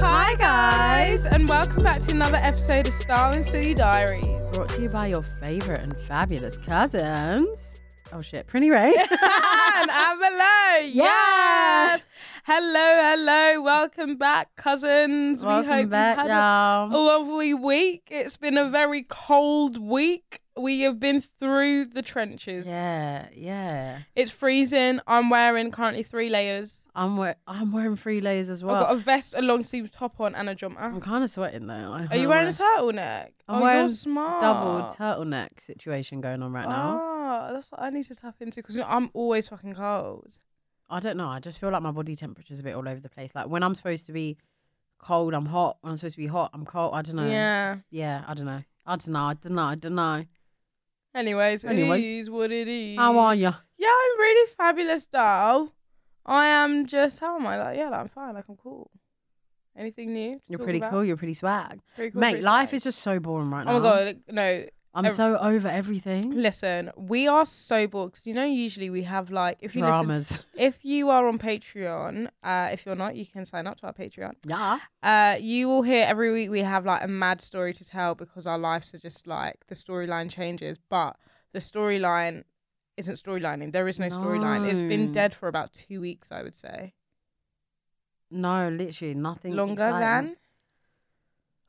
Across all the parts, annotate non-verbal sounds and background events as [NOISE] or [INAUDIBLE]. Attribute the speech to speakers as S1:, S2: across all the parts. S1: Hi guys, and welcome back to another episode of Starling City Diaries.
S2: [LAUGHS] Brought to you by your favorite and fabulous cousins. Oh shit, Prinny
S1: [LAUGHS]
S2: Ray.
S1: and Amelo, yes.
S2: Yes.
S1: Hello, hello, welcome back, cousins.
S2: [LAUGHS] Welcome
S1: we hope
S2: back,
S1: you had a-
S2: y'all.
S1: a lovely week. It's been a very cold week. We have been through the trenches.
S2: Yeah, yeah.
S1: It's freezing. I'm wearing currently three layers.
S2: I'm wear- I'm wearing three layers as well.
S1: I've got a vest, a long sleeve top on, and a jumper.
S2: I'm kind of sweating though. like,
S1: Are you
S2: I'm
S1: wearing a
S2: wear-
S1: turtleneck? oh,
S2: I'm wearing
S1: you're smart.
S2: double turtleneck situation going on right now.
S1: Ah, that's what I need to tap into because I'm always fucking cold.
S2: I don't know. I just feel like my body temperature's a bit all over the place. Like when I'm supposed to be cold, I'm hot. When I'm supposed to be hot, I'm cold. I don't know.
S1: Yeah.
S2: yeah. I don't know. I don't know. I don't know. I don't know.
S1: Anyways,
S2: Anyways.
S1: it is what it is.
S2: How are you?
S1: Yeah, I'm really fabulous, doll. I am just, how am I? Like, yeah, like, I'm fine. Like, I'm cool. Anything new? to
S2: You're
S1: talk
S2: pretty
S1: about?
S2: cool. You're pretty swag.
S1: Pretty cool,
S2: Mate,
S1: pretty
S2: life
S1: swag.
S2: is just so boring right now.
S1: Oh my god! like, No,
S2: I'm
S1: Ev-
S2: so over everything.
S1: listen. We are so bored because you know usually we have like if you listen,
S2: Dramas.
S1: if you are on Patreon, uh, if you're not, you can sign up to our Patreon.
S2: Yeah.
S1: Uh, you will hear every week we have like a mad story to tell because our lives are just like the storyline changes, but the storyline isn't storylining. There is no, storyline. It's been
S2: No.
S1: dead for about two weeks, I would say.
S2: No, literally nothing.
S1: Longer
S2: exciting.
S1: than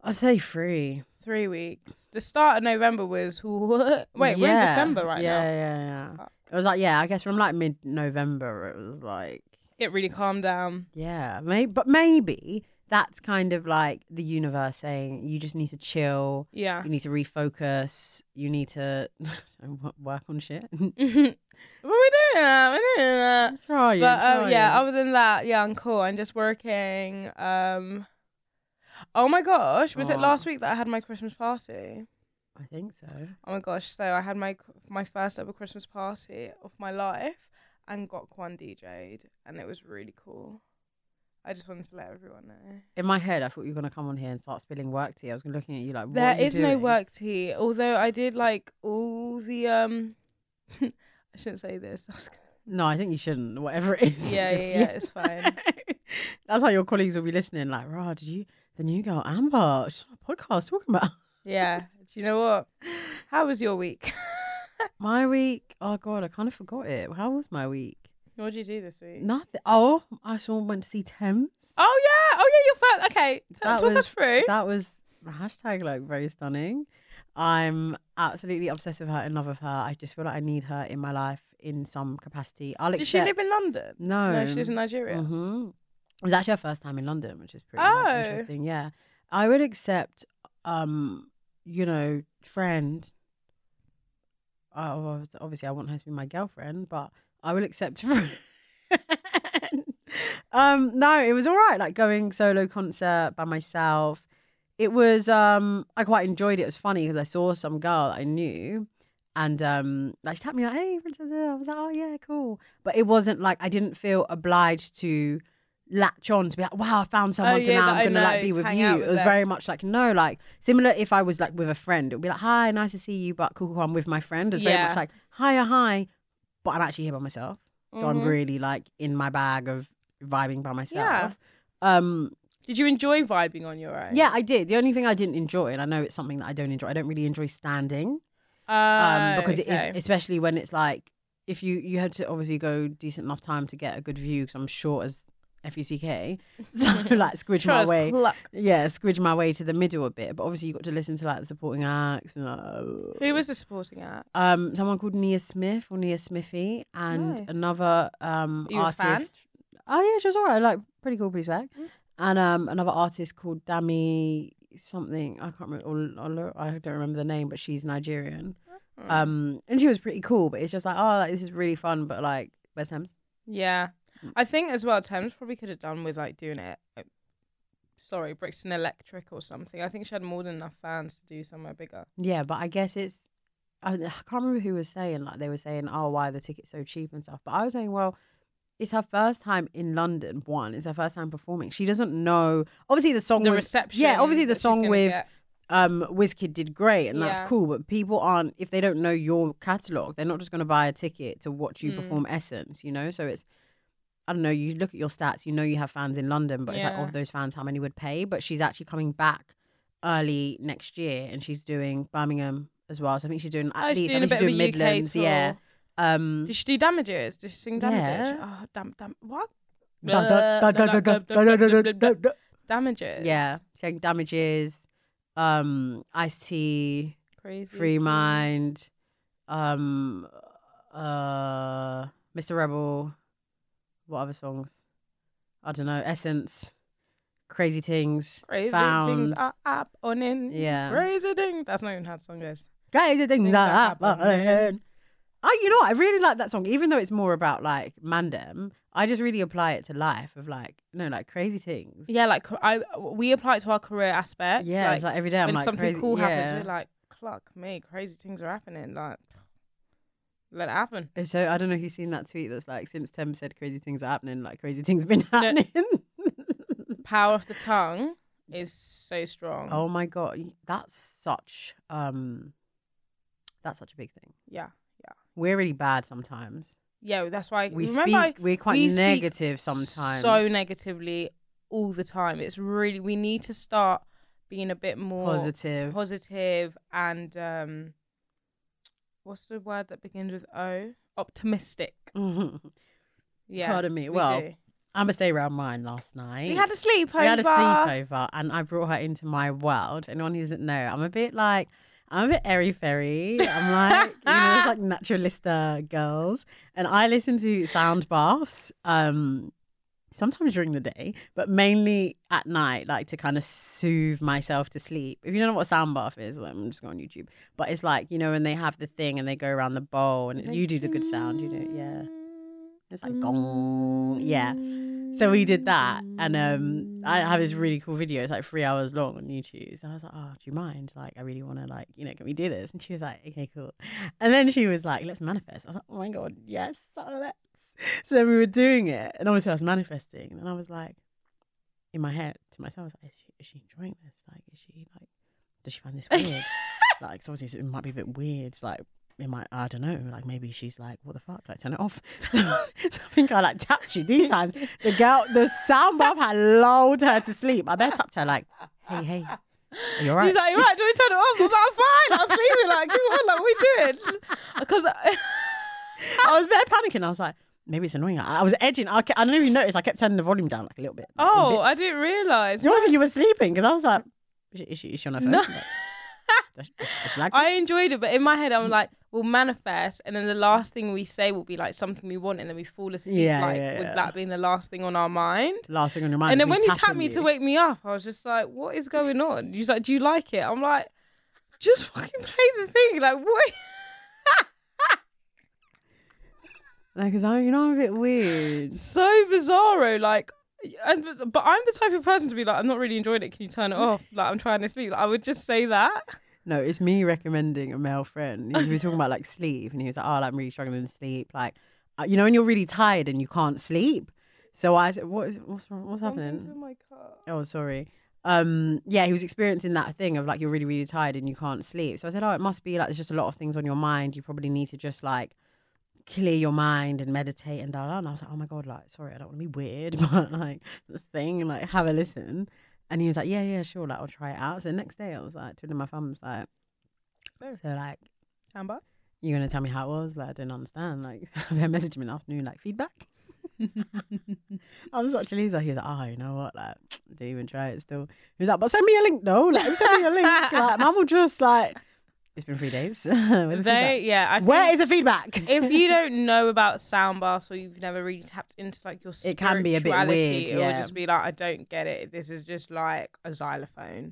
S2: I'd say three.
S1: three weeks. The start of November was [LAUGHS] what? Wait, we're in
S2: Yeah.
S1: December right
S2: yeah,
S1: now. Uh.
S2: Yeah, yeah,
S1: Fuck.
S2: It was like yeah, I guess from like mid November it was like
S1: It really calmed down.
S2: yeah, maybe but maybe that's kind of like the universe saying you just need to chill,
S1: Yeah.
S2: you need to refocus, you need to [LAUGHS] wo- work on shit. [LAUGHS]
S1: what are we [LAUGHS] doing? That? We're doing that. But
S2: try you,
S1: um,
S2: try
S1: yeah,
S2: you.
S1: other than that, yeah, I'm cool. I'm just working. Um, oh my gosh, was it
S2: Aw.
S1: last week that I had my Christmas party?
S2: I think so.
S1: Oh my gosh, so I had my my first ever Christmas party of my life and got Kwan DJ'd, and it was really cool. I just wanted to let everyone know.
S2: In my head, I thought you were gonna come on here and start spilling work tea. I was looking at you like, what
S1: There
S2: are you
S1: is no
S2: doing?
S1: work tea, although I did like all the um. [LAUGHS] I shouldn't say this. [LAUGHS] I was gonna-
S2: No, I think you shouldn't. Whatever it is.
S1: Yeah,
S2: [LAUGHS] just-
S1: yeah, yeah, it's
S2: [LAUGHS]
S1: fine.
S2: That's how your colleagues will be listening. Like, rah, did you? The new girl Amber. She's on a podcast talking about [LAUGHS]
S1: Yeah. Do you know what? How was your week? [LAUGHS]
S2: my week. Oh God, I kind of forgot it. How was my week?
S1: what did you do this week?
S2: Nothing. Oh, I saw went to see Thames.
S1: Oh yeah, oh yeah, your first. Okay, t-
S2: That
S1: talk
S2: was-
S1: us through.
S2: That was hashtag like very stunning. I'm absolutely obsessed with her in love with her. I just feel like I need her in my life in some capacity. I'll
S1: Did she live
S2: accept-
S1: in London?
S2: No,
S1: No, she lives in Nigeria.
S2: hmm It was actually our first time in London, which is pretty like,
S1: Oh.
S2: interesting. Yeah, I would accept, um, you know, friend. Oh, well, obvi- obviously, I want her to be my girlfriend, but I will accept [LAUGHS] friend. [LAUGHS] um, no, it was all right. Like going solo concert by myself. It was. Um, I quite enjoyed it. It was funny because I saw some girl that I knew. And um, like she tapped me like, "Hey, Princess," Anne." I was like, "Oh yeah, cool." But it wasn't like I didn't feel obliged to latch on to be like, "Wow, I found someone, so
S1: Oh, yeah,
S2: now
S1: that I
S2: I'm gonna like
S1: know,
S2: be with
S1: hang
S2: you."
S1: out
S2: it
S1: with
S2: was
S1: them.
S2: very much like no, like similar. If I was like with a friend, it would be like, "Hi, nice to see you," but cool, cool I'm with my friend. It's very
S1: Yeah.
S2: much like, "Hi, hi," but I'm actually here by myself, so I'm
S1: Mhm.
S2: really like in my bag of vibing by
S1: Yeah.
S2: myself. Um,
S1: Did you enjoy vibing on your own?
S2: yeah, I did. The only thing I didn't enjoy, and I know it's something that I don't enjoy. I don't really enjoy standing um,
S1: Uh,
S2: because
S1: okay.
S2: it is especially when it's like if you you had to obviously go decent enough time to get a good view because I'm short as
S1: [LAUGHS]
S2: fuck, [LAUGHS] so like squidge my
S1: Charles
S2: way.
S1: Cluck.
S2: Yeah, squidge my way to the middle a bit, but obviously you got to listen to like the supporting acts and like, oh.
S1: Who was the supporting act?
S2: um someone called Nia Smith or Nia Smithy and
S1: Nice.
S2: another um
S1: You a fan?
S2: artist. Oh yeah, she was alright, like pretty cool, pretty swag.
S1: Mm.
S2: And um another artist called Dami something I can't remember. Ol- Olo- I don't remember the name, but she's Nigerian.
S1: Hmm.
S2: Um, and she was pretty cool. But it's just like, oh, like, this is really fun. But like, where's Thames?
S1: Yeah.
S2: mm.
S1: I think as well, Thames probably could have done with like doing it. Like, sorry, Brixton Electric or something. I think she had more than enough fans to do somewhere bigger.
S2: Yeah, but I guess it's. I, I can't remember who was saying like they were saying, oh, why are the tickets so cheap and stuff. But I was saying, well, it's her first time in London. One, it's her first time performing. She doesn't know. Obviously, the song
S1: The
S2: with
S1: reception.
S2: yeah, obviously the
S1: that she's
S2: song
S1: gonna
S2: with-
S1: get.
S2: um Wizkid did great and that's
S1: Yeah.
S2: cool, but people aren't if they don't know your catalog, they're not just going to buy a ticket to watch you
S1: Mm.
S2: perform Essence, you know? So it's I don't know, you look at your stats, you know you have fans in London, but it's like
S1: Yeah.
S2: of those fans how many would pay, but she's actually coming back early next year and she's doing Birmingham as well. So I think she's doing at
S1: Oh, she's
S2: least
S1: doing
S2: I think
S1: a bit
S2: she's
S1: of
S2: doing
S1: a UK
S2: Midlands, yeah.
S1: tour.
S2: Um
S1: Did she do damages? Did she sing damages?
S2: Yeah.
S1: Oh, damn, damn. What?
S2: [LAUGHS] da-
S1: [LAUGHS]
S2: da- da- da- da- da- da- da- da- da- da-
S1: Damages.
S2: yeah, she had damages, um Ice Tea
S1: Crazy.
S2: Free
S1: Queen.
S2: Mind, um, uh, Mr. Rebel. What other songs? I don't know. Essence, Crazy Things,
S1: Crazy
S2: Found.
S1: things are up on in.
S2: Yeah.
S1: Crazy ding. That's not even how the song goes.
S2: Crazy Things
S1: Things
S2: that
S1: that happen.
S2: happen. I, you know what? I really like that song, even though it's more about like mandem. I just really apply it to life of like, no, like crazy things.
S1: Yeah, like I we apply it to our career aspects.
S2: yeah, it's like every day I'm
S1: when
S2: like
S1: something
S2: crazy-
S1: cool
S2: yeah.
S1: happens, you're like, "Cluck me, crazy things are happening." Like, let it happen.
S2: And So I don't know if you've seen that tweet that's like since Tem said crazy things are happening, like crazy [LAUGHS] things been happening. [LAUGHS]
S1: Power of the tongue is so strong.
S2: Oh my god, y- that's such um, that's such a big thing.
S1: yeah,
S2: We're really bad sometimes.
S1: yeah. That's why
S2: We
S1: remember
S2: speak.
S1: I-
S2: we're quite
S1: we speak
S2: negative sometimes.
S1: so negatively all the time. It's really we need to start being a bit more
S2: positive.
S1: positive and um, what's the word that begins with O? Optimistic.
S2: Mhm.
S1: Yeah.
S2: Pardon me.
S1: we
S2: well,
S1: do.
S2: Amber stayed around mine last night.
S1: we had a sleepover.
S2: We had a sleepover, and I brought her into my world. Anyone who doesn't know, I'm a bit like. I'm a bit airy fairy. I'm like, you know, it's like
S1: [LAUGHS]
S2: naturalista girls. And I listen to sound baths. Um, sometimes during the day, but mainly at night, like to kind of soothe myself to sleep. If you don't know what a sound bath is, like, I'm just going on YouTube. But it's like, you know, when they have the thing and they go around the bowl and
S1: It's
S2: it,
S1: like,
S2: you do the good sound, you do,
S1: [LAUGHS]
S2: yeah. It's like, gong. Yeah.
S1: yeah.
S2: So we did that, and um, I have this really cool video. It's like three hours long on YouTube. So I was like, "Oh, do you mind? Like, I really want to, like, you know, can we do this?" And she was like, "Okay, cool." And then she was like, "Let's manifest." I was like, "Oh my god, yes, let's." So then we were doing it, and obviously I was manifesting, and I was like, in my head to myself, I was like, "Is she, is she enjoying this? Like, is she like, does
S1: [LAUGHS]
S2: she find this weird?" like so obviously it might be a bit weird like it might i don't know like maybe she's like what the fuck like turn it off [LAUGHS] so, i think i like tapped you these times the girl the sound bath had lulled her to sleep i better tapped her like hey hey are you
S1: [LAUGHS]
S2: all right
S1: He's like, right, do we turn it off? I'm like, fine. I was sleeping. Like, come on, like, we did. Because [LAUGHS]
S2: i was very panicking i was like maybe it's annoying i, I was edging I, kept, I don't know if you noticed i kept turning the volume down like a little bit like, in
S1: oh, I
S2: bits.
S1: didn't realize.
S2: it wasn't you were sleeping because i was like is she, is she, is she on her phone
S1: No.
S2: Like, does she- does she
S1: [LAUGHS]
S2: like
S1: I
S2: this?
S1: enjoyed it, but in my head, I'm like, we'll manifest, and then the last thing we say will be like something we want, and then we fall asleep,
S2: Yeah,
S1: like
S2: yeah, yeah.
S1: with that being the last thing on our mind.
S2: last thing on your mind
S1: and
S2: is
S1: then when you
S2: tapping
S1: tapped me to
S2: you.
S1: wake me up, I was just like, what is going on? He's like, do you like it? I'm like, just fucking play the thing. Like, what? [LAUGHS]
S2: no because i you know i'm a bit weird
S1: so bizarro. Like, and but I'm the type of person to be like, I'm not really enjoying it. Can you turn it off? Like, I'm trying to sleep. Like, I would just say that.
S2: No, it's me recommending a male friend. He was talking about like sleep, and he was like, "Oh, like, I'm really struggling to sleep." Like, uh, you know, when you're really tired and you can't sleep. So I said, "What is what's wrong? What's happening?" Oh, sorry. Um, yeah, he was experiencing that thing of like you're really really tired and you can't sleep. So I said, "Oh, it must be like there's just a lot of things on your mind. You probably need to just like." Clear your mind and meditate and da da. And I was like, oh my god, like sorry, I don't want to be weird, [LAUGHS] but like this thing, and, like have a listen. And he was like, yeah, yeah, sure, like I'll try it out. So the next day, I was like, twiddling my thumbs, like, so like,
S1: Amber.
S2: you're gonna tell me how it was? Like, I don't understand. Like, [LAUGHS] they messaged me in the afternoon, like feedback. [LAUGHS] I'm such a loser. He was like, oh, you know what? Like, didn't even try it still. He was like, but send me a link though. Like, send me
S1: [LAUGHS]
S2: a link. Like, mum will just like, it's been three days. [LAUGHS] Where's the
S1: They,
S2: feedback?
S1: yeah. I
S2: Where
S1: think
S2: is the feedback?
S1: if you don't know about sound baths or you've never really tapped into like your
S2: It can be a bit
S1: spirituality, It
S2: weird, yeah.
S1: will just be like, I don't get it. This is just like a xylophone.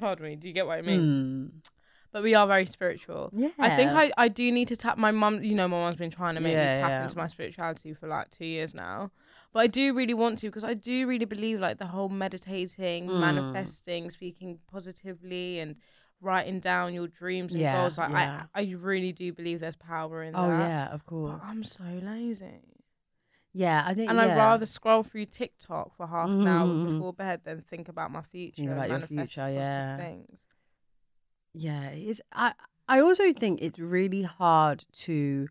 S1: Pardon me. Do you get what I mean?
S2: Mm.
S1: But we are very spiritual.
S2: Yeah.
S1: I think I, I do need to tap my mum. You know, my mum's been trying to make
S2: Yeah,
S1: me tap
S2: yeah.
S1: into my spirituality for like two years now. But I do really want to because I do really believe like the whole meditating,
S2: Mm.
S1: manifesting, speaking positively, and writing down your dreams and
S2: Yeah,
S1: goals. Like
S2: yeah.
S1: I, I really do believe there's power in
S2: Oh
S1: that.
S2: yeah, of course.
S1: But I'm so lazy.
S2: Yeah, I think.
S1: And
S2: yeah.
S1: I'd rather scroll through TikTok for half an
S2: Mm.
S1: hour before bed than think about my future. and
S2: about your
S1: manifest
S2: future,
S1: positive
S2: yeah.
S1: Things.
S2: Yeah, it's. I I also think it's really hard to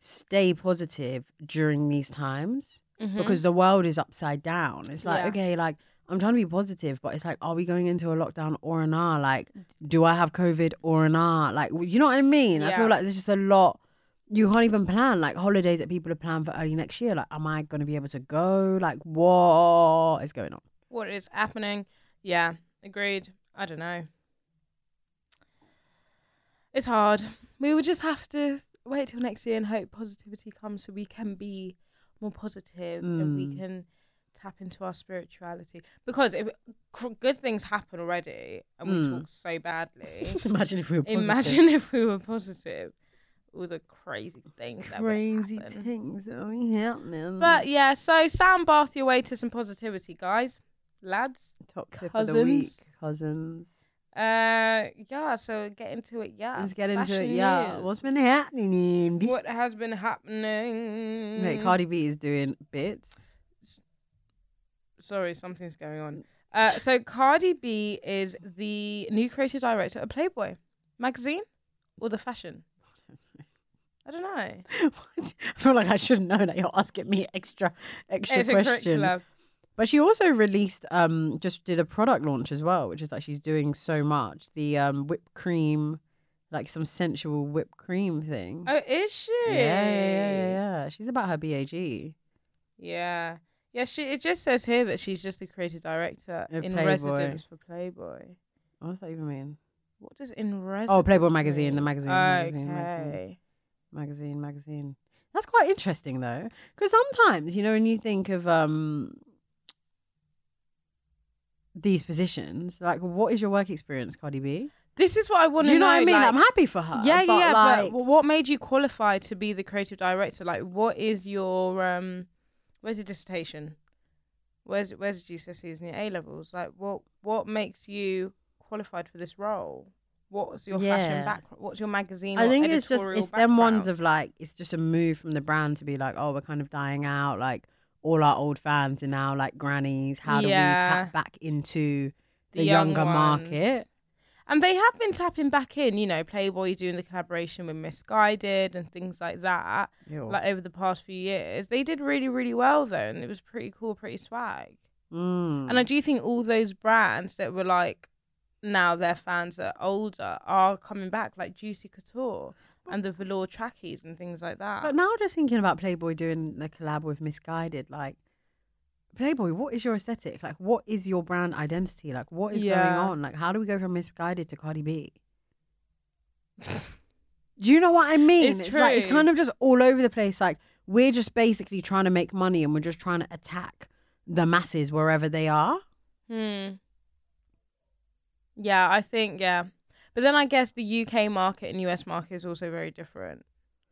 S2: stay positive during these times
S1: Mhm.
S2: because the world is upside down. It's like
S1: Yeah.
S2: okay, like I'm trying to be positive, but it's like, are we going into a lockdown or an R? Like,
S1: Mm.
S2: do I have COVID or an R? Like, you know what I mean? I
S1: Yeah.
S2: feel like there's just a lot. You can't even plan like holidays that people are planned for early next year. Like, am I going to be able to go? Like, what is going on? [LAUGHS]
S1: what is happening. Yeah, agreed. I don't know. It's hard. We would just have to s- wait till next year and hope positivity comes so we can be more positive and we
S2: Mm.
S1: can tap into our spirituality. Because if cr- good things happen already and we
S2: Mm.
S1: talk so badly,
S2: Imagine if we were positive.
S1: imagine [LAUGHS] if we were positive. All the crazy things that would
S2: crazy
S1: happen.
S2: things that we happening.
S1: But yeah, so soundbath your way to some positivity, guys, lads.
S2: top tip of the
S1: Cousins.
S2: week, cousins.
S1: Uh, yeah. So get into it. Yeah.
S2: Let's get into it.
S1: Fashion
S2: Yeah,
S1: news. Mm.
S2: what's been happening? B-
S1: What has been happening?
S2: Wait, Cardi B is doing bits.
S1: Sorry, something's going on. Uh, so Cardi B is the new creative director of Playboy magazine or the fashion. I don't know.
S2: [LAUGHS] What? I feel like I should have known that you're asking me extra,
S1: [LAUGHS]
S2: extra questions.
S1: Extracurricular.
S2: But she also released, um, just did a product launch as well, which is like she's doing so much. The um whipped cream, like some sensual whipped cream thing.
S1: Oh, is she?
S2: yeah, yeah, yeah, yeah, yeah. She's about her bag.
S1: Yeah. Yeah, she. It just says here that she's just the creative director
S2: Of
S1: in
S2: Playboy.
S1: residence for Playboy.
S2: What does that even mean?
S1: What does in residence?
S2: Oh, Playboy magazine, the magazine, magazine, magazine.
S1: Okay.
S2: magazine magazine that's quite interesting though because sometimes you know when you think of um these positions like what is your work experience cardi b
S1: This is what I want
S2: do
S1: to
S2: you know, what i mean
S1: like-
S2: i'm happy for her
S1: yeah,
S2: but
S1: yeah,
S2: like,
S1: but what made you qualify to be the creative director? Like, what is your um, where's your dissertation? Where's where's your GCSEs E and your A levels? Like, what what makes you qualified for this role? What's your
S2: Yeah.
S1: fashion background? What's your magazine?
S2: i
S1: or
S2: think it's just
S1: editorial
S2: it's them ones
S1: background?
S2: of like it's just a move from the brand to be like oh we're kind of dying out like all our old fans are now like grannies how do we
S1: Yeah.
S2: tap back into the,
S1: young
S2: younger
S1: ones.
S2: market
S1: And they have been tapping back in, you know, Playboy doing the collaboration with Misguided and things like that.
S2: Ew.
S1: Like over the past few years, they did really, really well though, and it was pretty cool, pretty swag.
S2: Mm.
S1: And I do think all those brands that were like now their fans are older are coming back, like Juicy Couture and the velour trackies and things like that.
S2: But now just thinking about Playboy doing the collab with Misguided, like Playboy, what is your aesthetic? Like what is your brand identity? Like what is
S1: Yeah.
S2: going on? Like how do we go from Misguided to Cardi B? Do you know what I
S1: [LAUGHS]
S2: mean?
S1: It's
S2: like it's
S1: true.
S2: kind of just all over the place. Like we're just basically trying to make money and we're just trying to attack the masses wherever they are.
S1: Hmm. Yeah, I think yeah. But then I guess the UK market and US market is also very different,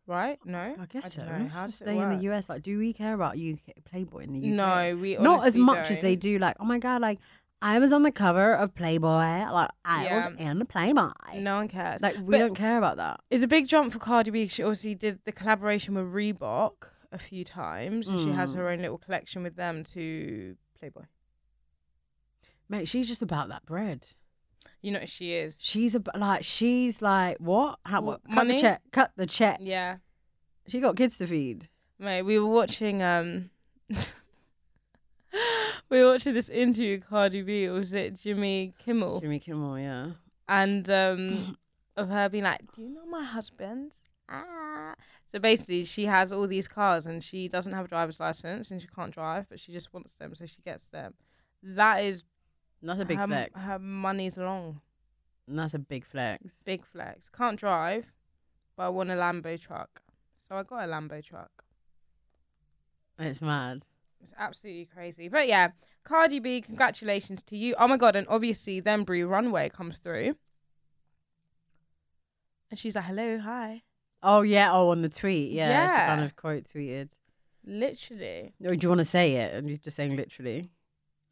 S1: right? No,
S2: I guess so.
S1: don't
S2: Not
S1: know. How
S2: just
S1: does it
S2: stay in
S1: work?
S2: the US. Like, do we care about UK Playboy in the UK?
S1: No, we
S2: not as
S1: honestly
S2: much as
S1: don't.
S2: they do. Like, oh my god, like I was on the cover of Playboy, like I was in the Playboy.
S1: No one cares.
S2: Like
S1: But-
S2: we don't care about that.
S1: It's a big jump for Cardi B. She obviously did the collaboration with Reebok a few times. and She has
S2: Mm.
S1: her own little collection with them to Playboy.
S2: Mate, she's just about that bread.
S1: You know she is.
S2: She's about like she's like what? How
S1: What,
S2: what? Cut the
S1: money?
S2: check. Cut the check.
S1: Yeah,
S2: She got kids to feed.
S1: mate. We were watching um, [LAUGHS] we were watching this interview with Cardi B. Or was it Jimmy Kimmel?
S2: Jimmy Kimmel, yeah.
S1: And
S2: [LAUGHS]
S1: um, of her being like, "Do you know my husband?" Ah. So basically, she has all these cars, and she doesn't have a driver's license, and she can't drive, but she just wants them, so she gets them. That is
S2: That's a big
S1: her,
S2: flex.
S1: Her money's long.
S2: That's a big flex.
S1: Big flex. Can't drive, but I want a Lambo truck. So I got a Lambo truck.
S2: It's mad.
S1: It's absolutely crazy. But yeah, Cardi B, congratulations to you. Oh my god, and obviously then Brie Runway comes through. And she's like, Hello, hi.
S2: Oh yeah. Oh, on the tweet. Yeah, she kind
S1: Yeah.
S2: of quote tweeted.
S1: Literally.
S2: Or do you want to say it? And you're just saying literally.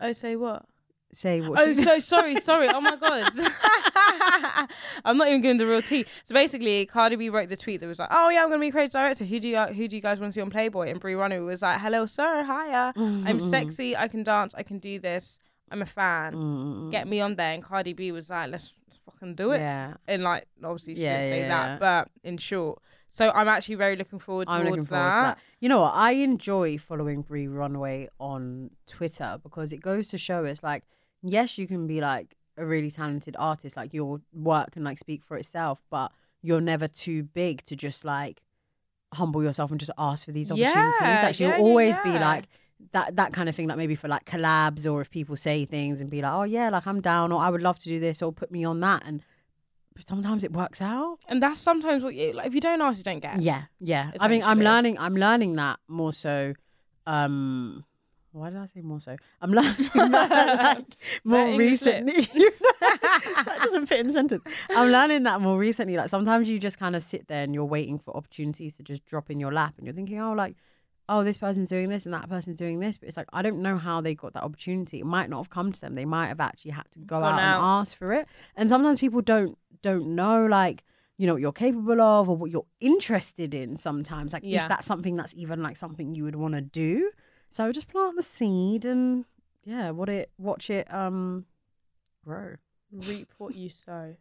S1: Oh, say what?
S2: Say what?
S1: Oh,
S2: she- [LAUGHS]
S1: so sorry, sorry. Oh my god, [LAUGHS] I'm not even giving the real tea. So basically, Cardi B wrote the tweet that was like, "Oh yeah, I'm gonna be creative director. Who do you who do you guys want to see on Playboy?" And Brie Runner was like, "Hello, sir. Hiya.
S2: Mm-hmm.
S1: I'm sexy. I can dance. I can do this. I'm a fan.
S2: Mm.
S1: Get me on there." And Cardi B was like, "Let's, let's fucking do it."
S2: Yeah.
S1: And like, obviously, she
S2: Yeah,
S1: didn't say
S2: yeah,
S1: that,
S2: yeah.
S1: but in short, so I'm actually very looking forward
S2: I'm
S1: towards
S2: looking forward
S1: that.
S2: to that. You know what? I enjoy following Brie Runway on Twitter because it goes to show it's like, yes, you can be like a really talented artist, like your work can like speak for itself, but you're never too big to just like humble yourself and just ask for these opportunities.
S1: Yeah,
S2: like she'll
S1: yeah, yeah,
S2: always be
S1: yeah.
S2: like that that kind of thing, like maybe for like collabs or if people say things and be like, Oh yeah, like I'm down or I would love to do this or put me on that and sometimes it works out.
S1: And that's sometimes what you like. If you don't ask, you don't get.
S2: Yeah, yeah. I mean, I'm
S1: essentially.
S2: learning. I'm learning that more so. Um, why did I say more so? I'm [LAUGHS] learning
S1: [LAUGHS]
S2: that, like, more
S1: English lip.
S2: recently. [LAUGHS] that doesn't fit in a sentence. I'm learning that more recently. Like sometimes you just kind of sit there and you're waiting for opportunities to just drop in your lap, and you're thinking, oh, like. Oh, this person's doing this and that person's doing this, but it's like I don't know how they got that opportunity. It might not have come to them. They might have actually had to go
S1: Gone
S2: out and
S1: out.
S2: ask for it. And sometimes people don't don't know like you know what you're capable of or what you're interested in sometimes like
S1: Yeah.
S2: if that's something that's even like something you would want to do so just plant the seed and yeah what it watch it um grow
S1: Reap what you sow.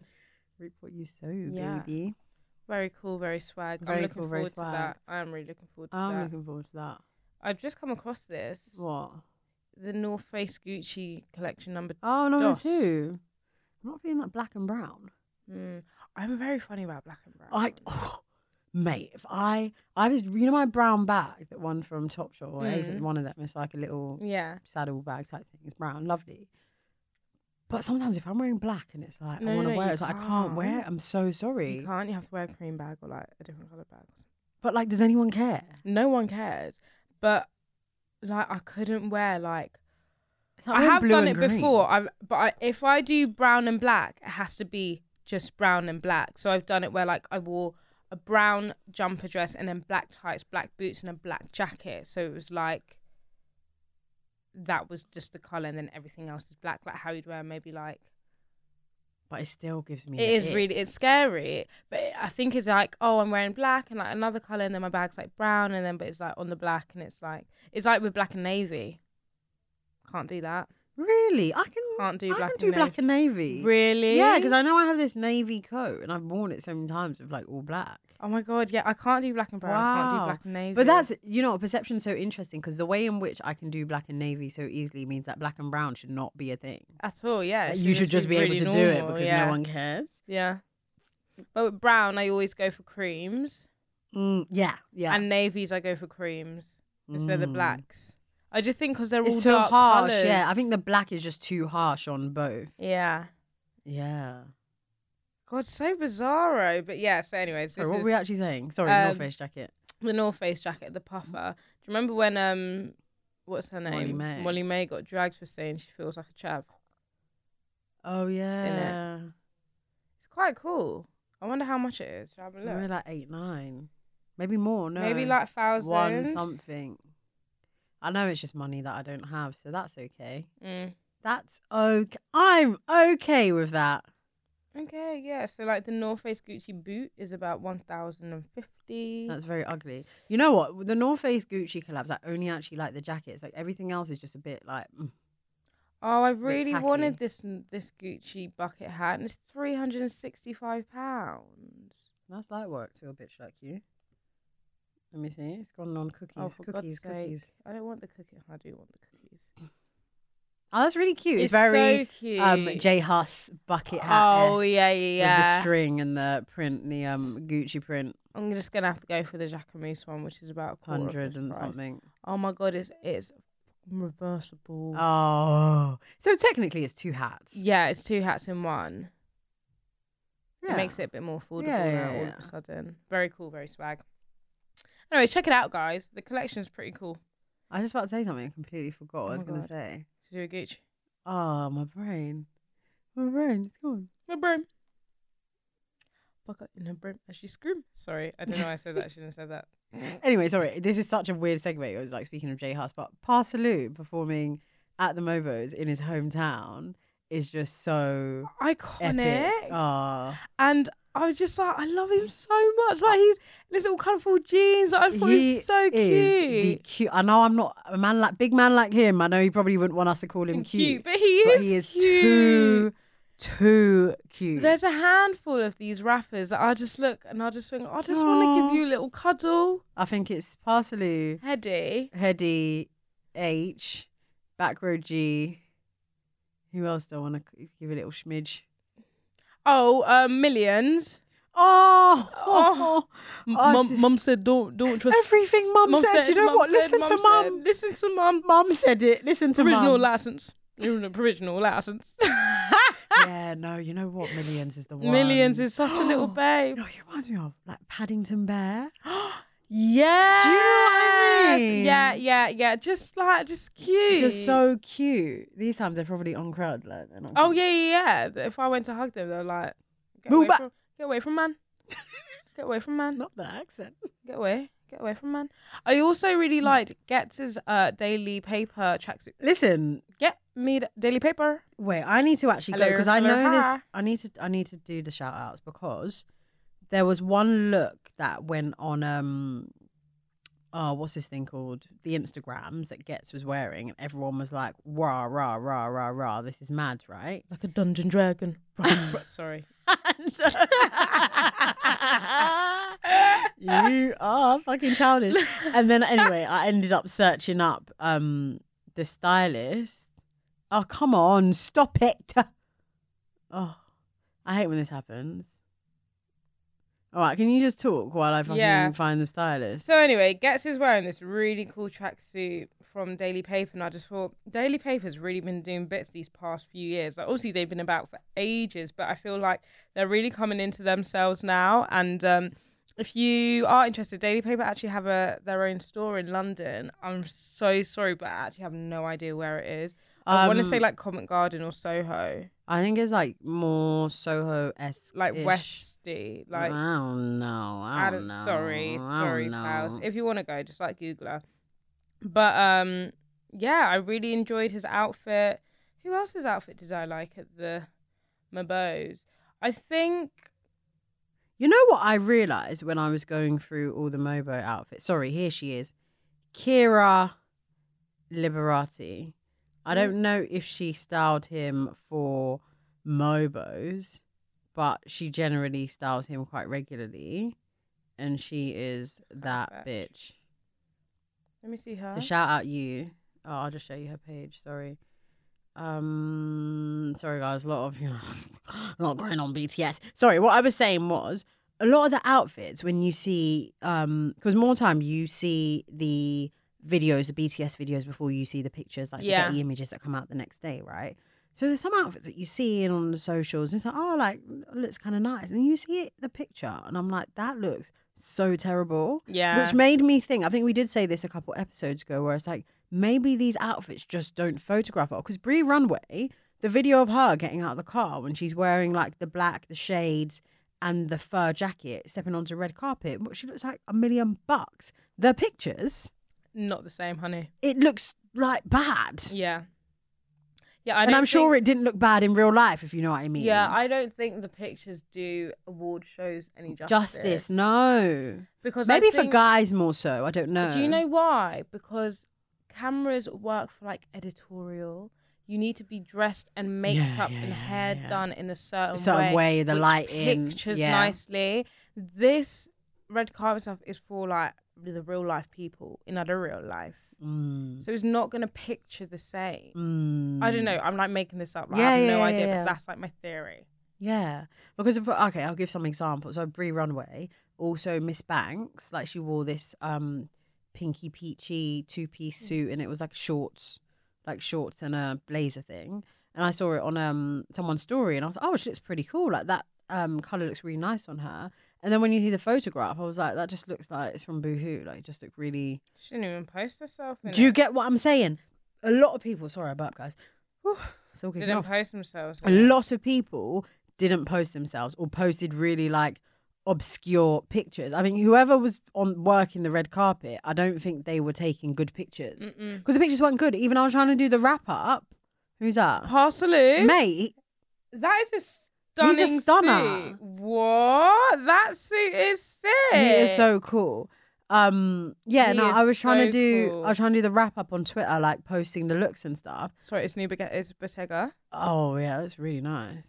S2: reap what you sow
S1: Yeah.
S2: baby
S1: Very cool, very swag. I'm
S2: Very
S1: looking
S2: cool, very
S1: forward
S2: swag.
S1: to that. I am really looking forward to
S2: i'm
S1: that.
S2: looking forward to that
S1: I've just come across this.
S2: what
S1: The North Face Gucci collection number.
S2: oh number
S1: Dos.
S2: two i'm not feeling that black and brown
S1: Mm. I'm very funny about black and brown.
S2: i [SIGHS] oh, mate if i i was you know my brown bag that one from topshop or ASOS,
S1: Mm.
S2: one of them it's like a little
S1: yeah.
S2: saddle bag type thing. It's brown, lovely. But sometimes if I'm wearing black and it's like
S1: No,
S2: I
S1: no,
S2: want to
S1: no,
S2: wear,
S1: you
S2: it, it's like I can't wear. it.
S1: can't.
S2: I'm so
S1: You
S2: sorry.
S1: can't. You have to wear a cream bag or like a different color bag.
S2: But like, does anyone care?
S1: No one cares. But like, I couldn't wear like.
S2: It's like
S1: I
S2: wearing
S1: have
S2: blue
S1: done it
S2: and green.
S1: before. I but I, if I do brown and black, it has to be just brown and black. So I've done it where like I wore a brown jumper dress and then black tights, black boots, and a black jacket. So it was like that was just the color, and then everything else is black. Like how you'd wear maybe like
S2: But it still gives me.
S1: it
S2: the
S1: is
S2: ick.
S1: really it's scary but i think it's like oh i'm wearing black and like another color and then my bag's like brown and then but it's like on the black and it's like it's like with black and navy can't do that
S2: Really, I can.
S1: Can't do
S2: I
S1: black
S2: can do
S1: and
S2: black and navy.
S1: really
S2: Yeah, because I know I have this navy coat and I've worn it so many times with like all black.
S1: oh my god yeah i can't do black and brown i can't do
S2: Wow.
S1: black and navy
S2: But that's you know perception's so interesting because the way in which I can do black and navy so easily means that black and brown should not be a thing.
S1: at all yeah it
S2: Like, Uh, you should just be, able
S1: really
S2: to do it
S1: normal,
S2: because
S1: yeah.
S2: no one cares.
S1: yeah but with brown i always go for creams
S2: Mm, yeah, yeah.
S1: and navies i go for creams instead of the
S2: Mm.
S1: blacks i just think because they're all
S2: it's so
S1: dark
S2: harsh.
S1: colors
S2: Yeah, I think the black is just too harsh on both.
S1: yeah
S2: Yeah.
S1: God, so bizarro. But yeah, so anyways, this
S2: Sorry, what
S1: is
S2: were we actually saying? Sorry,
S1: um,
S2: North Face jacket.
S1: the North Face jacket, the puffer. Do you remember when um what's her name?
S2: Molly May.
S1: Molly May got dragged for saying she feels like a chav.
S2: Oh yeah.
S1: It's quite cool. I wonder how much it is. Shall I have a
S2: We We're
S1: look?
S2: like eight, nine, maybe more. No,
S1: Maybe like thousand.
S2: one something. I know it's just money that I don't have, so that's okay.
S1: Mm.
S2: That's okay. I'm okay with that.
S1: Okay, yeah. So like the North Face Gucci boot is about one thousand and fifty.
S2: That's very ugly. You know what? The North Face Gucci collabs. I only actually like the jackets. Like everything else is just a bit like. mm.
S1: Oh, I
S2: a bit
S1: really wanted
S2: tacky.
S1: this this Gucci bucket hat, and it's three hundred and sixty five pounds.
S2: That's light work to a bitch like you. Let me see. It's gone on cookies.
S1: Oh, for
S2: cookies,
S1: God's sake!
S2: cookies.
S1: I don't want the cookies. I do want the cookies.
S2: Oh, that's really cute. It's, very
S1: so cute.
S2: um J Huss bucket hat.
S1: Oh yeah, yeah,
S2: With the
S1: yeah.
S2: string and the print, the um Gucci print,
S1: I'm just gonna have to go for the Jacquemus one, which is about a quarter of
S2: hundred
S1: this
S2: and
S1: price.
S2: something.
S1: Oh my god, it's it's reversible.
S2: Oh, so technically it's two hats.
S1: Yeah, it's two hats in one.
S2: Yeah.
S1: It makes it a bit more affordable
S2: Yeah,
S1: now.
S2: yeah,
S1: all
S2: yeah.
S1: of a sudden, very cool, very swag. Anyway, check it out, guys. The collection's pretty cool.
S2: I was just about to say something. I completely forgot what I
S1: Oh
S2: was
S1: my
S2: going to
S1: God.
S2: say.
S1: to do a Gucci.
S2: Oh, my brain. My brain, it's gone.
S1: My broom. Fuck up in her broom as she scream. Sorry, I don't know why I said that. I shouldn't have said
S2: [LAUGHS]
S1: that.
S2: Anyway, sorry. This is such a weird segue. It was like speaking of Jay Huss, but Parsaloo performing at the Mobos in his hometown is just so
S1: Iconic.
S2: epic. Oh,
S1: And I was just like, I love him so much. Like he's this little colourful jeans. I thought he was so
S2: is the
S1: cute.
S2: cute. I know I'm not a man like big man like him. I know he probably wouldn't want us to call him
S1: And
S2: cute,
S1: but he is.
S2: but he is
S1: cute.
S2: too too cute.
S1: There's a handful of these rappers that I just look and I just think I just want to
S2: Aw.
S1: give you a little cuddle,
S2: I think it's Parsaloo,
S1: Heady.
S2: Heady, H, Backroad G. Who else do I want to give a little schmidge?
S1: Oh, um, millions.
S2: Oh, [LAUGHS]
S1: Oh. M-
S2: Oh,
S1: mum,
S2: d-
S1: mum said don't don't trust.
S2: everything mum, said, You know
S1: mum
S2: what?
S1: said,
S2: Listen to
S1: said.
S2: mum.
S1: Listen to mum.
S2: Mum said it. Listen to
S1: Provisional
S2: mum.
S1: license. Even a provisional
S2: [LAUGHS]
S1: license. [LAUGHS]
S2: yeah, no, you know what? Millions is the one.
S1: Millions is such a
S2: [GASPS]
S1: little
S2: You
S1: babe. [GASPS]
S2: know, what you remind me of like Paddington Bear.
S1: yeah.
S2: I mean?
S1: Yeah, yeah, yeah. Just like just cute.
S2: Just so cute. These times they're probably on crowd. Like, they're not
S1: Oh
S2: cute.
S1: yeah, yeah, yeah. If I went to hug them, they're like, get
S2: Move
S1: away
S2: back.
S1: from, get away from
S2: [LAUGHS]
S1: man, get away from man,
S2: not that accent.
S1: get away, get away from man. I also really liked Getz's uh, daily paper tracksuit.
S2: Listen,
S1: Get me the daily paper.
S2: wait. I need to actually go
S1: Hello,
S2: because I
S1: hello,
S2: know this.
S1: hi.
S2: I need to. I need to do the shout outs because there was one look that went on. Um, oh, what's this thing called? The Instagrams that Gets was wearing, and everyone was like, "Rah rah rah rah rah." This is mad,
S1: [LAUGHS]
S2: right?
S1: Like a dungeon dragon. [LAUGHS] Sorry. [LAUGHS] uh,
S2: [LAUGHS] you are fucking childish.
S1: [LAUGHS]
S2: And then anyway, I ended up searching up um the stylist. Oh come on, stop it. [LAUGHS] Oh, I hate when this happens. All right, can you just talk while I fucking
S1: Yeah.
S2: find the stylist?
S1: So anyway, Getz is wearing this really cool tracksuit from Daily Paper, and I just thought Daily Paper's really been doing bits these past few years. Like obviously they've been about for ages, but I feel like they're really coming into themselves now. And um, if you are interested, Daily Paper actually have a their own store in London. I'm so sorry, but I actually have no idea where it is. I want to
S2: Um,
S1: say like Covent Garden or Soho,
S2: I think it's like more Soho esque,
S1: like Westy, like.
S2: I don't know. I
S1: I
S2: don't
S1: don't,
S2: know.
S1: sorry,
S2: I
S1: sorry,
S2: don't
S1: pals.
S2: know.
S1: If you want to go, just like Google her. But um, yeah, I really enjoyed his outfit. Who else's outfit did I like at the Mabos? I think
S2: You know what I realized when I was going through all the Mobo outfits? Sorry, here she is. Kira Liberati. I don't know if she styled him for Mobos, but she generally styles him quite regularly. And she is that bitch.
S1: let me see her.
S2: So shout out you. Oh, I'll just show you her page. Sorry. Um, sorry guys, a lot of [LAUGHS] you know, a lot going on BTS. Sorry, what I was saying was a lot of the outfits when you see um because more time you see the videos, the BTS videos before you see the pictures, like
S1: Yeah.
S2: the Getty images that come out the next day, right? So there's some outfits that you see in on the socials. And it's like, oh, like looks kind of nice, and you see it, the picture, and I'm like, that looks so terrible.
S1: yeah,
S2: Which made me think, I think we did say this a couple episodes ago, where it's like, maybe these outfits just don't photograph well. Because Brie Runway, the video of her getting out of the car when she's wearing like the black, the shades, and the fur jacket, stepping onto red carpet, what she looks like a million bucks. The pictures,
S1: not the same, honey.
S2: it looks like bad.
S1: Yeah, yeah. I
S2: and
S1: don't
S2: I'm sure
S1: think-
S2: it didn't look bad in real life, if you know what I mean.
S1: Yeah, I don't think the pictures do award shows any justice.
S2: Justice, no.
S1: because I
S2: Maybe for
S1: think-
S2: guys more so. I don't know.
S1: Do you know why? Because cameras work for like editorial. You need to be dressed and maked
S2: Yeah,
S1: up
S2: yeah,
S1: and
S2: yeah,
S1: hair
S2: yeah.
S1: done in a certain,
S2: certain way, the
S1: which
S2: lighting,
S1: pictures
S2: yeah.
S1: nicely. This red carpet stuff is for like the real life people in other real life,
S2: Mm,
S1: so it's not gonna picture the same.
S2: mm.
S1: I don't know. I'm like making this up. Like,
S2: Yeah,
S1: I have
S2: yeah,
S1: no
S2: yeah,
S1: idea,
S2: yeah.
S1: but that's like my theory.
S2: Yeah, because of, okay, I'll give some examples. So Brie Runway, also Miss Banks, like she wore this um pinky peachy two piece
S1: Mm.
S2: suit, and it was like shorts, like shorts and a blazer thing. And I saw it on um someone's story, and I was like, oh, she looks pretty cool. Like that um color looks really nice on her. And then when you see the photograph, I was like, that just looks like it's from Boohoo. Like, it just looked really.
S1: She didn't even post herself. In
S2: Do you
S1: it.
S2: get what I'm saying? A lot of people. Sorry, I burped, guys. Whew, it's all
S1: They
S2: kicking
S1: didn't
S2: off.
S1: post themselves.
S2: a lot of people didn't post themselves or posted really like obscure pictures. I mean, whoever was on working the red carpet, I don't think they were taking good pictures
S1: Mm-mm.
S2: because the pictures weren't good. Even I was trying to do the wrap up. Who's that?
S1: Parcel Lou?
S2: Mate,
S1: That is a stunning
S2: stunner.
S1: suit. What? That suit is sick.
S2: he is so cool. Um, yeah,
S1: He
S2: no,
S1: is
S2: I was trying to
S1: so
S2: do,
S1: cool.
S2: I was trying to do the wrap up on Twitter, like posting the looks and stuff.
S1: Sorry, it's new Bega- it's Bottega.
S2: Oh yeah, that's really nice.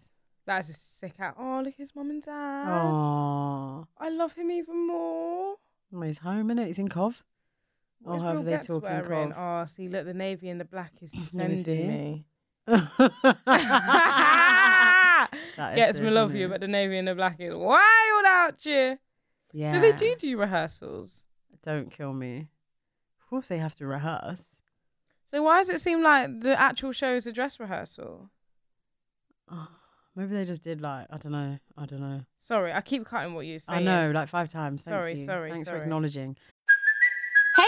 S1: That is a sick out. Oh, look, his mum and dad.
S2: Oh,
S1: I love him even more.
S2: he's home, is He's in Cov. Oh,
S1: What is
S2: how
S1: Bill
S2: they
S1: Gates
S2: talking
S1: wearing? Oh,
S2: cough?
S1: see, look, the navy and the black is
S2: [LAUGHS] Let me
S1: sending
S2: see.
S1: me. [LAUGHS]
S2: That is
S1: Gets
S2: so
S1: me love
S2: funny.
S1: you, but the navy and the black is wild out here.
S2: Yeah.
S1: So they do do rehearsals.
S2: Don't kill me. Of course they have to rehearse.
S1: So why does it seem like the actual show is a dress rehearsal?
S2: Oh, maybe they just did like I don't know. I don't know.
S1: Sorry, I keep cutting what you say.
S2: I know, like five times. Thank
S1: Sorry,
S2: you.
S1: sorry,
S2: Thanks
S1: sorry.
S2: for acknowledging. [LAUGHS]
S3: Hey,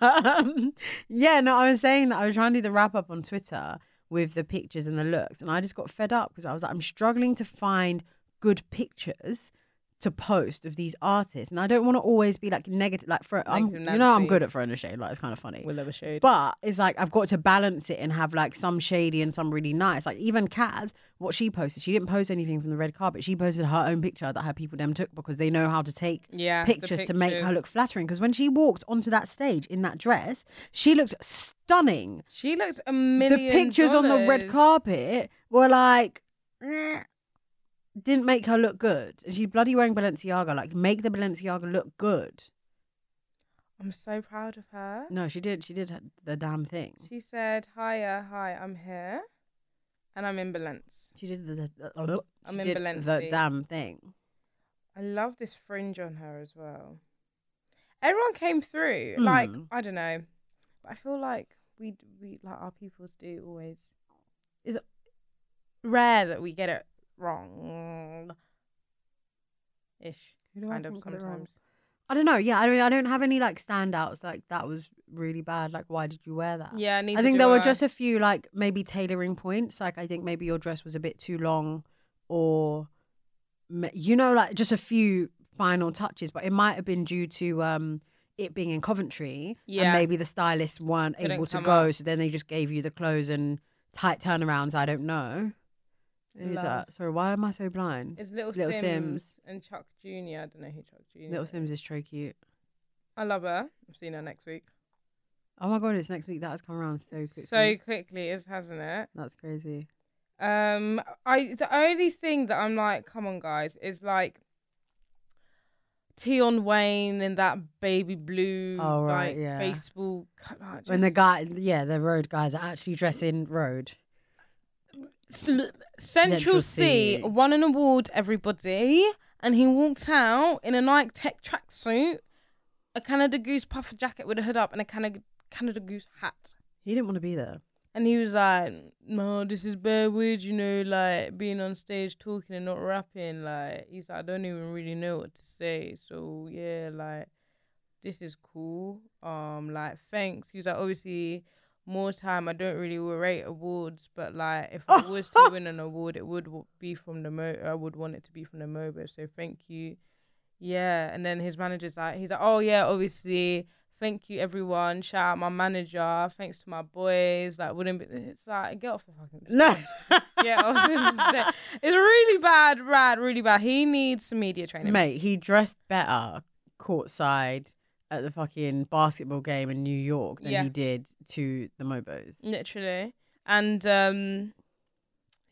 S2: Um, yeah, no, I was saying that I was trying to do the wrap up on Twitter with the pictures and the looks, and I just got fed up because I was like, I'm struggling to find good pictures to post of these artists, and I don't want to always be like negative. Like, for I'm,
S1: Negative
S2: you know, I'm
S1: Nancy.
S2: good at throwing a shade. Like, it's kind of funny.
S1: We'll have a shade.
S2: But it's like I've got to balance it and have like some shady and some really nice. Like even Kaz, what she posted, she didn't post anything from the red carpet. She posted her own picture that her people them took because they know how to take
S1: yeah, the
S2: pictures to make her
S1: pictures.
S2: look flattering. Because when she walked onto that stage in that dress, she looked stunning.
S1: She looked a million.
S2: the pictures on the red
S1: dollars.
S2: carpet were like. eh, Didn't make her look good. And she's bloody wearing Balenciaga. Like, make the Balenciaga look good.
S1: I'm so proud of her.
S2: No, she did. She did the damn thing.
S1: She said, "Hiya, hi, I'm here, and I'm in Balance.
S2: She did the, the, uh,
S1: I'm
S2: she
S1: in
S2: did the
S1: Balenci.
S2: damn thing.
S1: I love this fringe on her as well. Everyone came through. Like
S2: Mm.
S1: I don't know, but I feel like we we like our pupils do always. It's rare that we get it wrong. Ish,
S2: Who do I
S1: kind of
S2: think got it wrong?
S1: sometimes.
S2: I don't know. Yeah, I mean, I don't have any like standouts. Like that was really bad. Like, why did you wear that?
S1: Yeah, I,
S2: I think there were just a few like maybe tailoring points. Like, I think maybe your dress was a bit too long, or ma- you know, like just a few final touches. But it might have been due to um it being in Coventry, and
S1: Yeah.
S2: maybe the stylists weren't
S1: Couldn't
S2: able to
S1: come
S2: go,
S1: up.
S2: so then they just gave you the clothes and tight turnarounds. I don't know. Who's
S1: Love.
S2: that? Sorry, why am I so blind?
S1: It's Little,
S2: It's Little
S1: Sims,
S2: Sims.
S1: and Chuck Junior. I don't know who Chuck Junior.
S2: Little Sims is so cute.
S1: I love her. I'm seeing her next week.
S2: Oh my god, it's next week. That has come around so quickly.
S1: So quickly, is hasn't it?
S2: that's crazy.
S1: Um, I the only thing that I'm like, come on, guys, is like Tion Wayne and that baby blue,
S2: Oh, right,
S1: like
S2: yeah.
S1: baseball. co- Like,
S2: When the
S1: just
S2: guy, yeah, the road guys are actually dressing road.
S1: sl- Central
S2: Central
S1: C
S2: C.
S1: won an award, everybody, and he walked out in a Nike Tech tracksuit, a Canada Goose puffer jacket with a hood up, and a Canada Canada Goose hat.
S2: He didn't want to be there.
S1: And he was like, "No, this is bad weird, you know, like being on stage talking and not rapping. Like he's like, I don't even really know what to say. So yeah, like this is cool. Um, like thanks. He was like, obviously more time. I don't really rate awards, but like if I was to win an award, it would w- be from the mo. I would want it to be from the Mobo. So thank you. Yeah, and then his manager's like, he's like, oh yeah, obviously. Thank you, everyone. Shout out my manager. Thanks to my boys. Like, wouldn't be. It's like, get off the fucking.
S2: No.
S1: Yeah, off this
S2: [LAUGHS]
S1: stage. [LAUGHS] it's really bad, rad, really bad. He needs some media training.
S2: Mate, he dressed better courtside at the fucking basketball game in New York than
S1: Yeah. Mm.
S2: he did to the Mobos.
S1: literally. And um,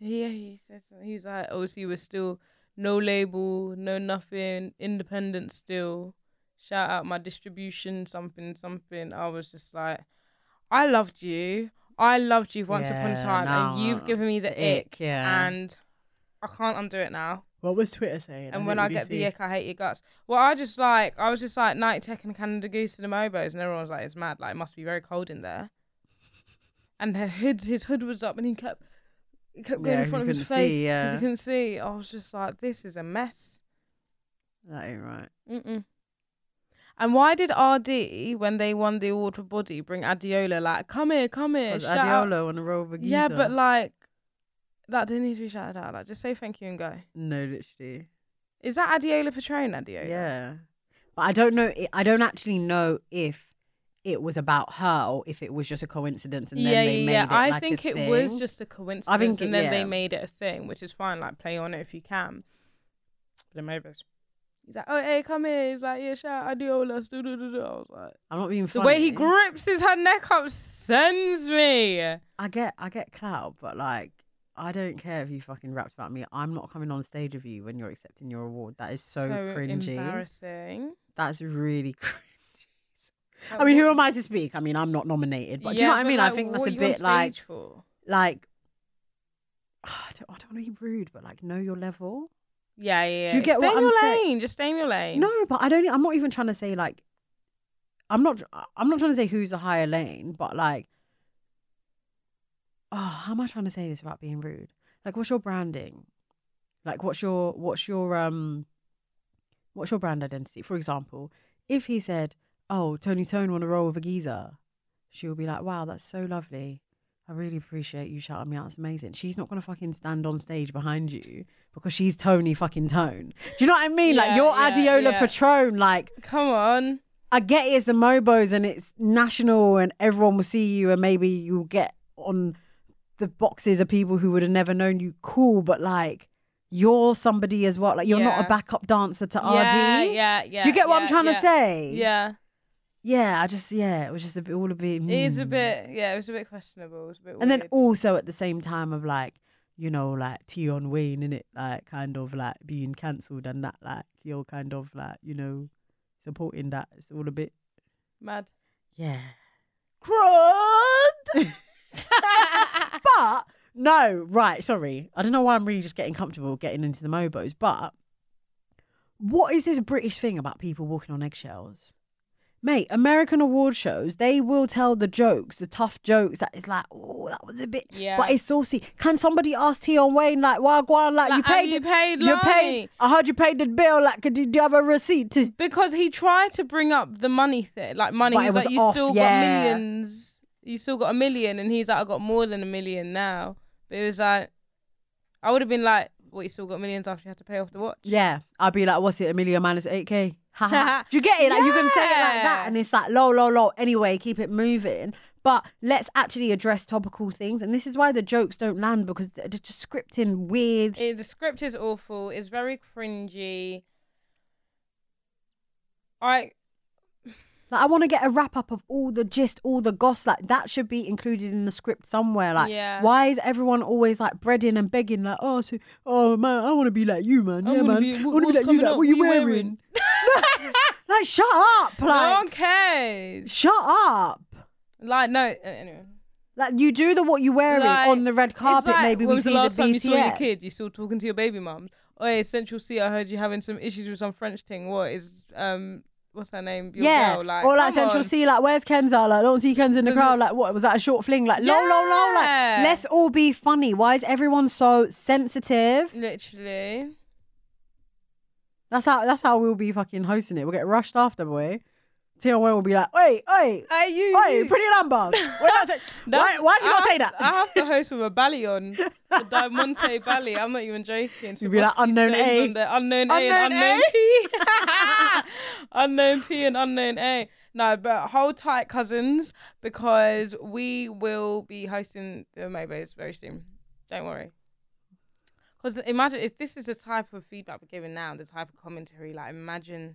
S1: yeah, he says he was like, obviously we're still no label, no nothing, independent still. Shout out my distribution, something, something. I was just like, I loved you. I loved you once upon a
S2: Yeah,
S1: time, and
S2: no,
S1: you've given me the,
S2: the
S1: ick,
S2: ick, yeah.
S1: and I can't undo it now.
S2: What was Twitter saying?
S1: And when I get the ick, I hate your guts. Well, I just like, I was just like night tech and Canada Goose to the Mobos, and everyone was like, it's mad. Like, it must be very cold in there. And her hood, his hood was up, and he kept, he kept going
S2: Yeah,
S1: in
S2: 'cause
S1: front of
S2: he
S1: his
S2: couldn't see,
S1: face because
S2: yeah.
S1: he couldn't see. I was just like, this is a mess.
S2: That ain't right.
S1: Mm-mm. And why did RD, when they won the award for Body, bring Adiola like, come here, come here,
S2: Was
S1: shout out.
S2: Adiola on the roll with
S1: Yeah,
S2: Giza?
S1: but like, that didn't need to be shouted out. Like, just say thank you and go.
S2: no, literally.
S1: Is that Adiola Patrone? Adiola.
S2: Yeah, but I don't know. I don't actually know if it was about her or if it was just a coincidence and then
S1: yeah,
S2: they
S1: yeah,
S2: made
S1: yeah.
S2: it.
S1: I
S2: like a
S1: think it was
S2: thing.
S1: just a coincidence,
S2: think it-
S1: and then they
S2: yeah.
S1: made it a thing, which is fine. Like play on it if you can. Limobus. He's like, oh hey, come here. He's like, yeah, shout out Adiola. Do do do do. I was like,
S2: I'm not being
S1: the
S2: funny.
S1: way he grips his her neck up sends me.
S2: I get, I get clout, but like, I don't care if you fucking rapped about me. I'm not coming on stage with you when you're accepting your award. That is so, cringy.
S1: embarrassing.
S2: That's really cringy. I mean, who am I to speak? I mean, I'm not nominated, but do you know what I mean? I think that's a bit like, like, [SIGHS] I don't, I don't want to be rude, but like, know your level.
S1: Yeah, yeah. yeah.
S2: Do you get
S1: stay in
S2: what I'm
S1: your
S2: saying?
S1: lane. Just stay in your lane.
S2: No, but I don't. I'm not even trying to say like, I'm not. I'm not trying to say who's the higher lane, but like, oh, how am I trying to say this without being rude? Like, what's your branding? Like, what's your what's your um, what's your brand identity? For example, if he said, "Oh, Tony Tone want to roll with a geezer," she will be like, "Wow, that's so lovely." I really appreciate you shouting me out. It's amazing. She's not gonna fucking stand on stage behind you because she's Tony fucking Tone. Do you know what I mean?
S1: Yeah,
S2: like you're
S1: yeah,
S2: Adiola
S1: yeah.
S2: Patrone. Like
S1: Come on.
S2: I get it's the Mobos and it's national and everyone will see you and maybe you'll get on the boxes of people who would have never known you. Cool, but like you're somebody as well. Like you're not
S1: Yeah.
S2: a backup dancer to
S1: Yeah,
S2: RD.
S1: yeah, yeah.
S2: Do you get what I'm
S1: yeah,
S2: trying
S1: yeah.
S2: to say?
S1: Yeah.
S2: Yeah, I just yeah, it was just a bit all a bit.
S1: It is a
S2: mm.
S1: bit, yeah, it was a bit questionable. It was a bit
S2: and then
S1: weird.
S2: also at the same time of like you know like Tion Wayne in it like kind of like being cancelled and that like you're kind of like you know supporting that it's all a bit
S1: mad. [LAUGHS]
S2: yeah
S1: [LAUGHS]
S2: crud but no right sorry I don't know why I'm really just getting comfortable getting into the mobos but what is this British thing about people walking on eggshells? Mate, American award shows, they will tell the jokes, the tough jokes that is like, oh, that was a bit,
S1: Yeah.
S2: but it's saucy. Can somebody ask Tion Wayne, like, why go on, like,
S1: Like,
S2: you
S1: have
S2: paid,
S1: you paid
S2: you
S1: Lonnie?
S2: paid, I heard you paid the bill, like, could you, do you have a receipt? To,
S1: Because he tried to bring up the money thing, like money.
S2: But
S1: He's
S2: it was
S1: like, you
S2: off,
S1: still
S2: yeah.
S1: got millions. You still got a million, and he's like, I got more than a million now. But it was like, I would have been like, what? You still got millions after you had to pay off the watch?
S2: yeah, I'd be like, what's it, Amelia minus 8K? Ha
S1: [LAUGHS]
S2: ha. do you get it? Like, you can say it like that,
S1: Yeah.
S2: and it's like, lol, lol, lol. Anyway, keep it moving. But let's actually address topical things. And this is why the jokes don't land because they're they're just scripting weird.
S1: It- the script is awful. It's very cringy. I
S2: Like I want to get a wrap up of all the gist, all the goss. Like that should be included in the script somewhere. Like,
S1: Yeah.
S2: why is everyone always like breading and begging? Like, oh, so, oh man, I want to be like you, man.
S1: I
S2: yeah,
S1: wanna
S2: man.
S1: be-
S2: I
S1: wh-
S2: want to
S1: what's
S2: be like you.
S1: coming
S2: Like,
S1: up?
S2: what are you
S1: What you
S2: wearing?
S1: wearing?
S2: [LAUGHS] like, shut
S1: [LAUGHS]
S2: up. Like,
S1: no one cares.
S2: shut up.
S1: Like no, a- anyway.
S2: Like you do the what you wearing
S1: Like,
S2: on the red
S1: it's
S2: carpet.
S1: like,
S2: maybe
S1: when
S2: we
S1: was
S2: see
S1: the last
S2: the
S1: time you
S2: BTS.
S1: saw your kid? You still talking to your baby mum? Oh, hey, Central C, I heard you having some issues with some French thing. What is um, what's her name? Your
S2: yeah,
S1: girl, like,
S2: or like
S1: come
S2: Central
S1: on.
S2: C, like where's Kenza? Like don't see Kenza in the
S1: So
S2: crowd.
S1: the-
S2: Like what was that a short fling? Like lol lol lol.
S1: Yeah.
S2: Like let's all be funny. Why is everyone so sensitive?
S1: Mm. Literally,
S2: That's how that's how we'll be fucking hosting it. We'll get rushed after, boy. Tion Wayne will be like, oi, oi,
S1: hey you.
S2: oi,
S1: you.
S2: pretty number. Why,
S1: [LAUGHS]
S2: did I say- why,
S1: That's-
S2: why did you not
S1: I
S2: say
S1: have-
S2: that?
S1: I have
S2: [LAUGHS]
S1: to host with a uh-huh. bally on, a Diamante bally. I'm not even joking.
S2: You'd be like,
S1: Swarovski
S2: unknown
S1: stones
S2: A.
S1: on there. unknown A,
S2: Unknown
S1: and unknown
S2: A.
S1: P, [LAUGHS] unknown P, and unknown A. No, but hold tight, cousins, because we will be hosting the Mobos very soon. Don't worry. Because imagine if this is the type of feedback we're giving now, the type of commentary. Like, imagine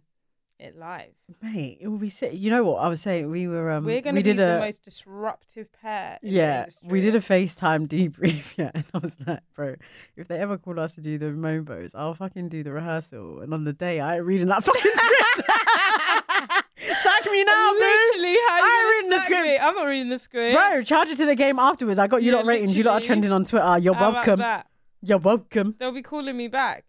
S1: it live.
S2: Mate, it will be sick. You know what I was saying? We were um,
S1: We're going
S2: we
S1: to be
S2: did
S1: the
S2: a
S1: most disruptive pair. in the
S2: yeah,
S1: industry.
S2: we did a FaceTime [LAUGHS] debrief. Yeah, and I was like, bro, if they ever call us to do the Momos, I'll fucking do the rehearsal. And on the day, I ain't reading that [LAUGHS] fucking
S1: [LAUGHS]
S2: script. Sack me now, boo.
S1: Literally, how you
S2: I ain't
S1: gonna
S2: reading the
S1: sack
S2: script.
S1: me? I'm not reading the script.
S2: Bro, charge it to the game afterwards. I got you
S1: Yeah,
S2: lot ratings. You lot are
S1: literally.
S2: trending on Twitter. You're
S1: How about
S2: welcome.
S1: that?
S2: You're welcome.
S1: They'll be calling me back.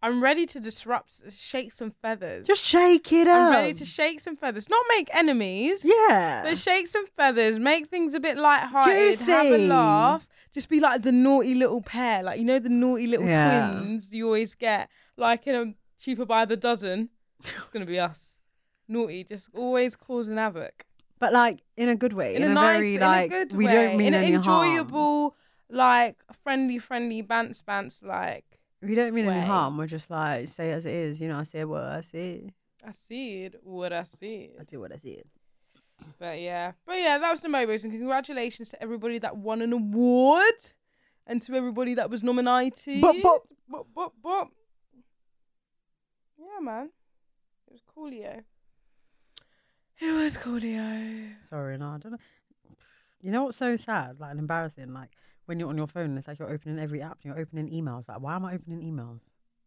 S1: I'm ready to disrupt, shake some feathers.
S2: Just shake it up.
S1: I'm ready to shake some feathers. Not make enemies.
S2: yeah.
S1: But shake some feathers, make things a bit lighthearted, have a
S2: Juicy.
S1: laugh. Just be like the naughty little pair, like you know the naughty little
S2: Yeah.
S1: twins you always get, like in a cheaper by the dozen. It's gonna be us, naughty, just always causing havoc
S2: But like in a good way.
S1: in, a, nice,
S2: very
S1: in
S2: like
S1: a good
S2: we
S1: way,
S2: don't mean
S1: in an
S2: any harm.
S1: enjoyable, like friendly, friendly bants, bants, like
S2: We don't mean
S1: way.
S2: any harm. We're just like say as it is. You know, I say what I see.
S1: I see it, what I see.
S2: I see what I see.
S1: But yeah, but yeah, that was the Mobos, and congratulations to everybody that won an award, and to everybody that was nominated.
S2: Bop, bop.
S1: bop, bop, bop. Yeah, man, it was coolio. It was coolio.
S2: Sorry, no, I don't know. You know what's so sad, like and embarrassing, like when you're on your phone, it's like you're opening every app, and you're opening emails. Like, why am I opening emails?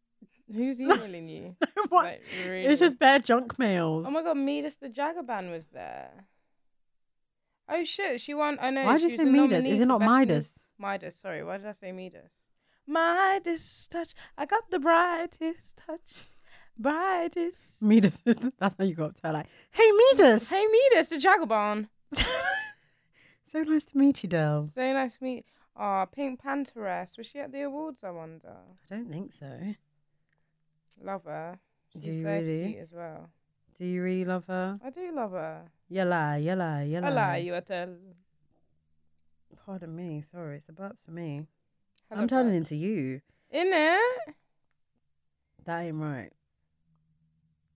S2: [LAUGHS]
S1: Who's emailing you?
S2: what?
S1: Like, really?
S2: It's just bare junk mails.
S1: Oh my god, Midas the Jagaban was there. Oh shit, she won. I know.
S2: Why did
S1: she
S2: you
S1: was
S2: say
S1: the
S2: Midas?
S1: nominee
S2: Is it
S1: for
S2: not
S1: Best
S2: Midas?
S1: Mis- Midas, sorry. Why did I say Midas? Midas touch. I got the brightest touch. Brightest.
S2: Midas, [LAUGHS] that's how you go up to her, like, hey Midas, [LAUGHS]
S1: Hey, Midas the Jagaban.
S2: so nice to meet you, Del.
S1: So nice to meet. Ah, Pink Pantheress. Was she at the awards? I wonder.
S2: I don't think so.
S1: Love her. She's
S2: Do you
S1: very
S2: really?
S1: cute as well.
S2: Do you really love her?
S1: I do love her.
S2: Yella, yella, yella.
S1: I lie, you are tell.
S2: Pardon me, sorry, it's the burps for me.
S1: I
S2: I'm
S1: love
S2: turning
S1: her.
S2: into you.
S1: In it.
S2: That ain't right.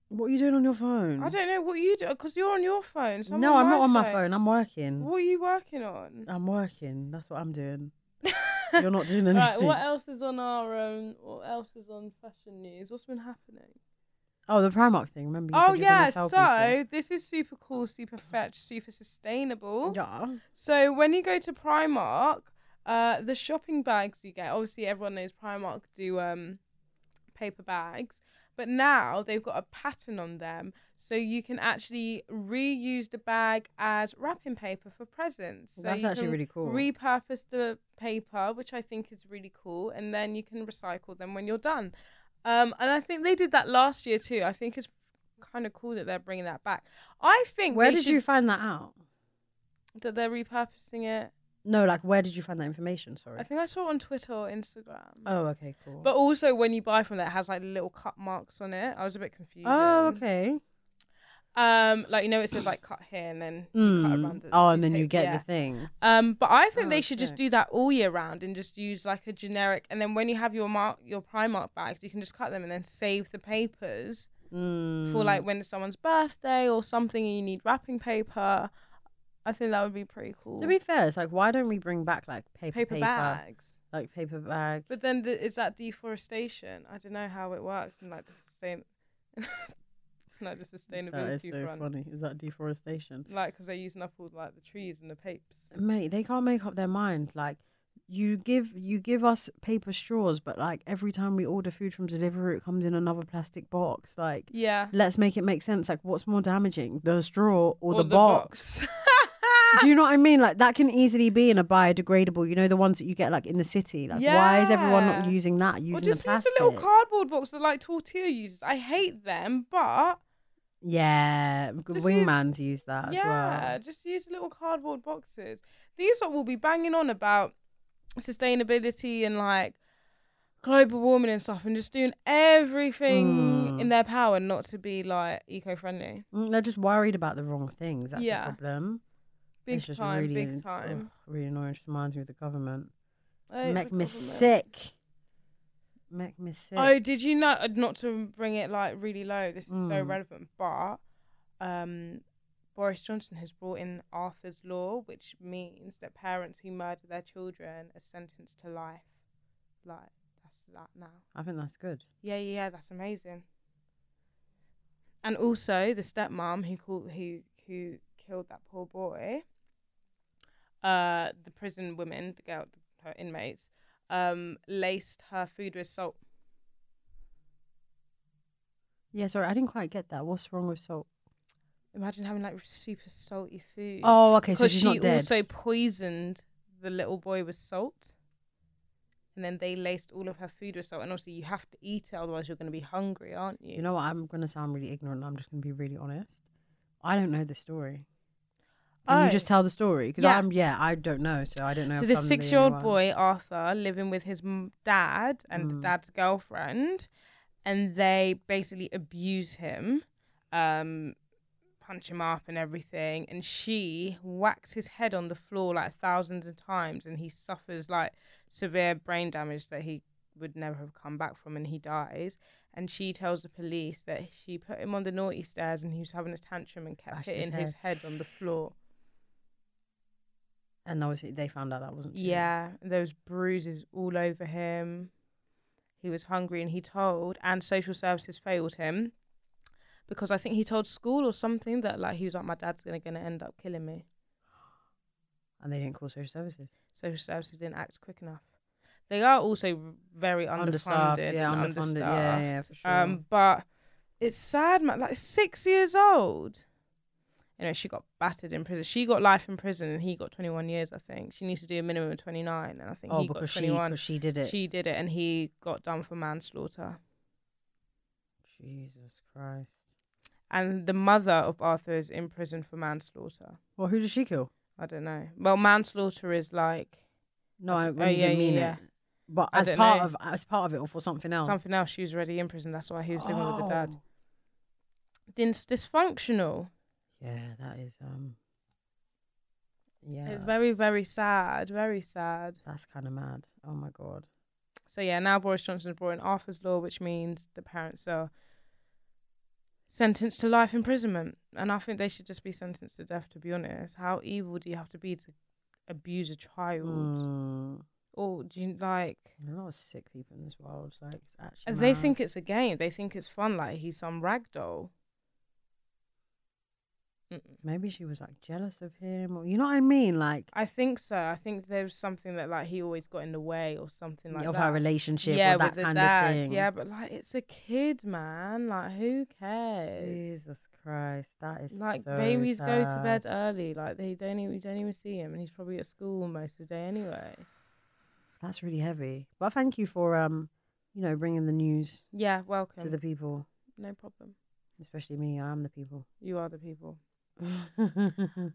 S2: What are you doing on your phone?
S1: I don't know what you do because you're on your phone. So
S2: no, I'm not on my
S1: phone.
S2: phone. I'm working.
S1: What are you working on?
S2: I'm working. That's what
S1: [LAUGHS]
S2: I'm doing. You're not doing anything.
S1: Right, what else is on our um what else is on fashion news? What's been happening?
S2: Oh, the Primark thing. Remember? You
S1: oh
S2: said you were gonna
S1: yeah,
S2: tell
S1: so this is super cool, super fetch, super sustainable.
S2: people. yeah.
S1: So when you go to Primark, uh the shopping bags you get, obviously everyone knows Primark do um paper bags, but now they've got a pattern on them so you can actually reuse the bag as wrapping paper for presents. So
S2: That's
S1: you
S2: actually
S1: can
S2: really cool.
S1: Repurpose the paper, which I think is really cool, and then you can recycle them when you're done. Um, and I think they did that last year too. I think it's kind of cool that they're bringing that back. I think
S2: Where
S1: they
S2: did
S1: should-
S2: you find that out?
S1: that they're repurposing it?
S2: No, like where did you find that information? Sorry.
S1: I think I saw it on Twitter or Instagram.
S2: Oh, okay, cool.
S1: But also, when you buy from there, it has like little cut marks on it. I was a bit confused.
S2: oh, okay.
S1: Um, like you know, it says like cut here and then you cut
S2: Mm.
S1: around the,
S2: Oh,
S1: the
S2: and then you
S1: tip,
S2: get
S1: yeah.
S2: the thing.
S1: Um, but I think
S2: Oh,
S1: they should just
S2: sick.
S1: do that all year round and just use like a generic. And then when you have your mark, your Primark bags, you can just cut them and then save the papers
S2: Mm.
S1: for like when it's someone's birthday or something and you need wrapping paper. I think that would be pretty cool.
S2: To be fair, it's like why don't we bring back like paper
S1: paper, bags.
S2: like paper bag?
S1: But then the, is that deforestation? I don't know how it works and like the sustain, [LAUGHS] like the
S2: That is
S1: sustainability
S2: so
S1: front,
S2: funny. Is that deforestation?
S1: like because they're using up all like the trees and the papes.
S2: mate they can't make up their mind like you give you give us paper straws but like every time we order food from delivery it comes in another plastic box like
S1: Yeah.
S2: let's make it make sense like what's more damaging the straw or, the,
S1: the
S2: box,
S1: box. [LAUGHS]
S2: Do you know what I mean? Like that can easily be in a biodegradable. You know the ones that you get like in the city. Like why is everyone not
S1: Yeah.
S2: using that? Using
S1: Or just
S2: the plastic.
S1: use a little cardboard box that like tortilla uses. I hate them, but
S2: yeah,
S1: Just
S2: wingmans use that
S1: yeah,
S2: as
S1: just use little cardboard boxes. These what we'll be banging on about sustainability and like global warming and stuff, and just doing everything
S2: Mm.
S1: in their power not to be like eco-friendly.
S2: well. Mm, They're just worried about the wrong things. That's
S1: Yeah.
S2: the problem.
S1: Big
S2: It's just
S1: time,
S2: really an-
S1: big time.
S2: ugh, really annoying. Just reminds me of the government.
S1: I hate the
S2: oh, Make me
S1: government.
S2: sick. Make me sick.
S1: Oh, did you know? uh, Not to bring it like really low. This is so
S2: Mm.
S1: relevant, but um, Boris Johnson has brought in Arthur's Law, which means that parents who murder their children are sentenced to life. Like that's that now.
S2: I think that's good.
S1: Yeah, yeah, yeah, that's amazing. And also the stepmom who called who who killed that poor boy. Uh, the prison women, the girl, her inmates, um, laced her food with salt.
S2: Yeah, sorry, I didn't quite get that. What's wrong with salt?
S1: Imagine having like super salty food.
S2: Oh, okay, so
S1: Because
S2: she's
S1: she
S2: not dead.
S1: also poisoned the little boy with salt. And then they laced all of her food with salt. And also, you have to eat it, otherwise, you're going to be hungry, aren't you?
S2: You know what? I'm gonna sound really ignorant. I'm just gonna be really honest. I don't know this story. Can you just
S1: Oh.
S2: tell the story? Because
S1: Yeah.
S2: I'm yeah, I don't know, so I don't know.
S1: So
S2: if
S1: this
S2: I'm the only
S1: six-year-old
S2: one.
S1: boy Arthur living with his m- dad and the
S2: Mm.
S1: dad's girlfriend, and they basically abuse him, um, punch him up and everything. And she whacks his head on the floor like thousands of times, and he suffers like severe brain damage that he would never have come back from, and he dies. And she tells the police that she put him on the naughty stairs, and he was having a tantrum and kept
S2: Bashed his
S1: hitting his
S2: head.
S1: head on the floor.
S2: and obviously they found out that wasn't. true.
S1: Yeah, there was bruises all over him. He was hungry and he told, and social services failed him because I think he told school or something that like he was like, my dad's gonna gonna end up killing me.
S2: and they didn't call social services.
S1: Social services didn't act quick enough. They are also very underfunded,
S2: Understaffed, yeah,
S1: and
S2: underfunded, yeah, yeah,
S1: understaffed.
S2: for sure.
S1: Um, but it's sad, man. Like six years old. Anyway, she got battered in prison. She got life in prison, and he got twenty-one years. I think she needs to do a minimum of twenty-nine, and I think
S2: Oh,
S1: he
S2: because
S1: got
S2: she
S1: twenty-one.
S2: because she did it.
S1: She did it, and he got done for manslaughter.
S2: Jesus Christ.
S1: And the mother of Arthur is in prison for manslaughter.
S2: Well, who did she kill?
S1: I don't know. Well, manslaughter is like
S2: No, I
S1: oh,
S2: really
S1: yeah,
S2: didn't
S1: yeah,
S2: mean
S1: yeah.
S2: it. Oh. But
S1: I
S2: as
S1: don't
S2: part
S1: know.
S2: of as part of it, or for something else.
S1: something else. She was already in prison. That's why he was living with the dad.
S2: Oh.
S1: Dys- dysfunctional.
S2: Yeah, that is um. Yeah.
S1: It's very,
S2: that's-
S1: very sad. Very sad.
S2: That's kind of mad. Oh my god.
S1: So yeah, now Boris Johnson has brought in Arthur's Law, which means the parents are sentenced to life imprisonment. And I think they should just be sentenced to death. To be honest, how evil do you have to be to abuse a child?
S2: Mm.
S1: or do you like
S2: There's a lot of sick people in this world. Like, it's actually.
S1: and they
S2: mad.
S1: think it's a game they think it's fun like he's some rag doll Mm-mm.
S2: Maybe she was like jealous of him, or you know what I mean, like
S1: i think so i think there was something that like he always got in the way or something like
S2: of
S1: that
S2: our relationship
S1: yeah
S2: or that
S1: with the
S2: kind
S1: dad
S2: of thing.
S1: yeah but like it's a kid man like who cares
S2: Jesus Christ, that is
S1: like
S2: so
S1: babies go to
S2: sad.
S1: bed early like they don't even you don't even see him and he's probably at school most of the day anyway
S2: That's really heavy. But thank you for um, you know, bringing the news
S1: yeah welcome
S2: to the people,
S1: no problem
S2: especially me. I am the people.
S1: you are the people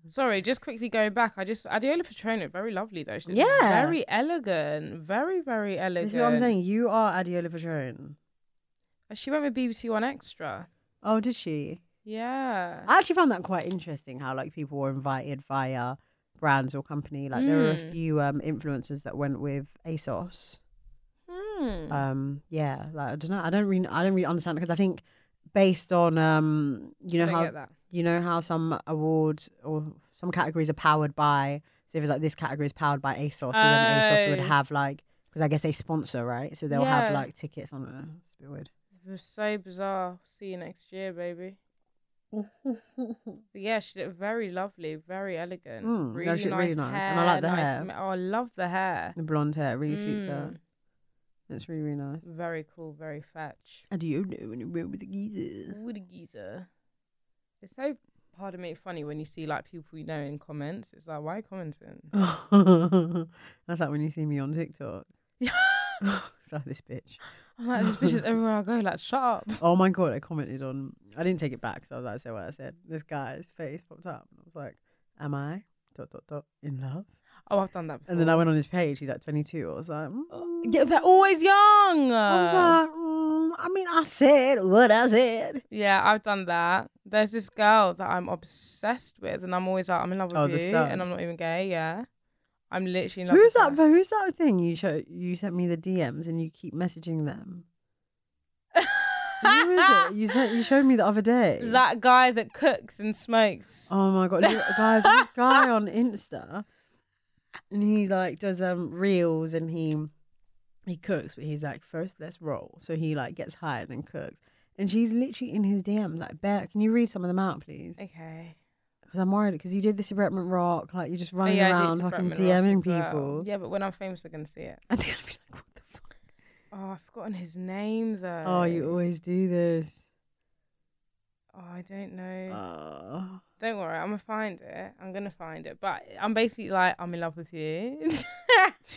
S1: Sorry, just quickly going back. I just Adiola Petrona, very lovely though. She's
S2: Yeah.
S1: very elegant, very very elegant. Uh,
S2: this is what I'm saying. You are Adiola Patron.
S1: She went with BBC One Extra.
S2: Oh, did she?
S1: Yeah,
S2: I actually found that quite interesting how like people were invited via brands or company. Like there were a
S1: Mm.
S2: few um influencers that went with ASOS.
S1: Hmm.
S2: um yeah like i don't know i don't really i don't really understand because i think based on um you know
S1: Don't
S2: how
S1: get that.
S2: you know how some awards or some categories are powered by so if it's like this category is powered by asos and then asos would
S1: Oh.
S2: have like because i guess they sponsor right so they'll have
S1: Yeah.
S2: like tickets on it it's a bit weird
S1: It was so bizarre. See you next year,
S2: [LAUGHS]
S1: baby. But yeah, she looked very lovely, very elegant.
S2: Mm, no,
S1: really,
S2: she
S1: nice
S2: looked really nice, and I like the
S1: nice
S2: hair.
S1: ma- Oh, I love the hair.
S2: the blonde hair really suits her
S1: Mm.
S2: it's really really nice
S1: Very cool, very fetch.
S2: and do you know when you room with the geezer
S1: Would a geezer. It's so pardon me, funny when you see like people you know in comments. It's like why are you commenting?
S2: [LAUGHS] that's like when you see me on [LAUGHS] tiktok It's like this bitch
S1: I'm like, this
S2: [LAUGHS]
S1: bitch is everywhere I go. Like, shut up.
S2: Oh my god, I commented on. I didn't take it back, so I was like, so what I said. This guy's face popped up, and I was like, "Am I dot dot dot in love?"
S1: Oh, Oh. I've done that. Before.
S2: And then I went on his page. He's like 22. I was like, mm.
S1: Yeah, they're always young.
S2: I was like, mm, I mean, I said what I said.
S1: yeah, I've done that. There's this girl that I'm obsessed with, and I'm always like, I'm in love with
S2: Oh, the
S1: you,
S2: stud.
S1: and I'm not even gay. Yeah, I'm literally in love.
S2: Who's
S1: with
S2: that?
S1: Her.
S2: Who's that thing you show? You sent me the DMs, and you keep messaging them.
S1: [LAUGHS]
S2: Who is it? You sent. You showed me the other day.
S1: That guy that cooks and smokes.
S2: Oh my god, look, guys!
S1: [LAUGHS]
S2: This guy on Insta, and he like does um reels and he he cooks, but he's like first let's roll. So he like gets high and then cooks. And she's literally in his DMs. Like, bear, can you read some of them out, please? Because
S1: Okay.
S2: I'm worried because you did this abetment rock. Like, you're just running
S1: Oh, yeah, I did
S2: around
S1: to
S2: fucking
S1: Bretman Rock
S2: DMing
S1: as well.
S2: people.
S1: Yeah, but when I'm famous, they're gonna see it.
S2: [LAUGHS] And they're going to be like, what the fuck?
S1: Oh, I've forgotten his name though.
S2: Oh, you always do this.
S1: Oh, I don't know.
S2: Oh.
S1: Don't worry, I'm gonna find it. I'm gonna find it. But I'm basically like, I'm in love with you.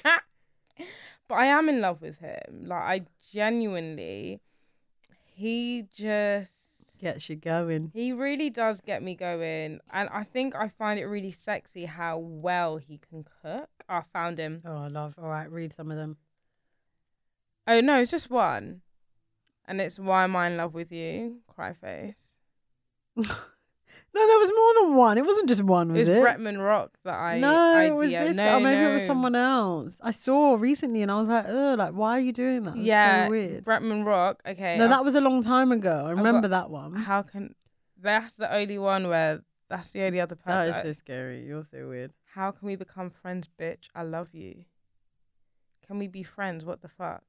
S1: [LAUGHS] but I am in love with him. Like I genuinely, he just,
S2: Gets you going.
S1: he really does get me going, and I think I find it really sexy how well he can cook. I found him.
S2: Oh, I love. All right, read some of them.
S1: Oh no, it's just one, and it's why am I in love with you? Cry face.
S2: no, there was more than one. It wasn't just one, was
S1: it was
S2: it?
S1: Bretman Rock that I
S2: no,
S1: I
S2: it was
S1: DM-
S2: this.
S1: No,
S2: or maybe it was
S1: no.
S2: someone else. I saw recently, and I was like, "Oh, like why are you doing that? That's
S1: yeah,
S2: so weird."
S1: Bretman Rock. Okay,
S2: no,
S1: I've
S2: that was a long time ago. I
S1: I've
S2: remember
S1: got-
S2: that one.
S1: How can that's the only one where that's the only other part.
S2: that
S1: that-
S2: is so scary. You're so weird.
S1: How can we become friends, bitch? I love you. Can we be friends? What the
S2: [LAUGHS]
S1: fuck?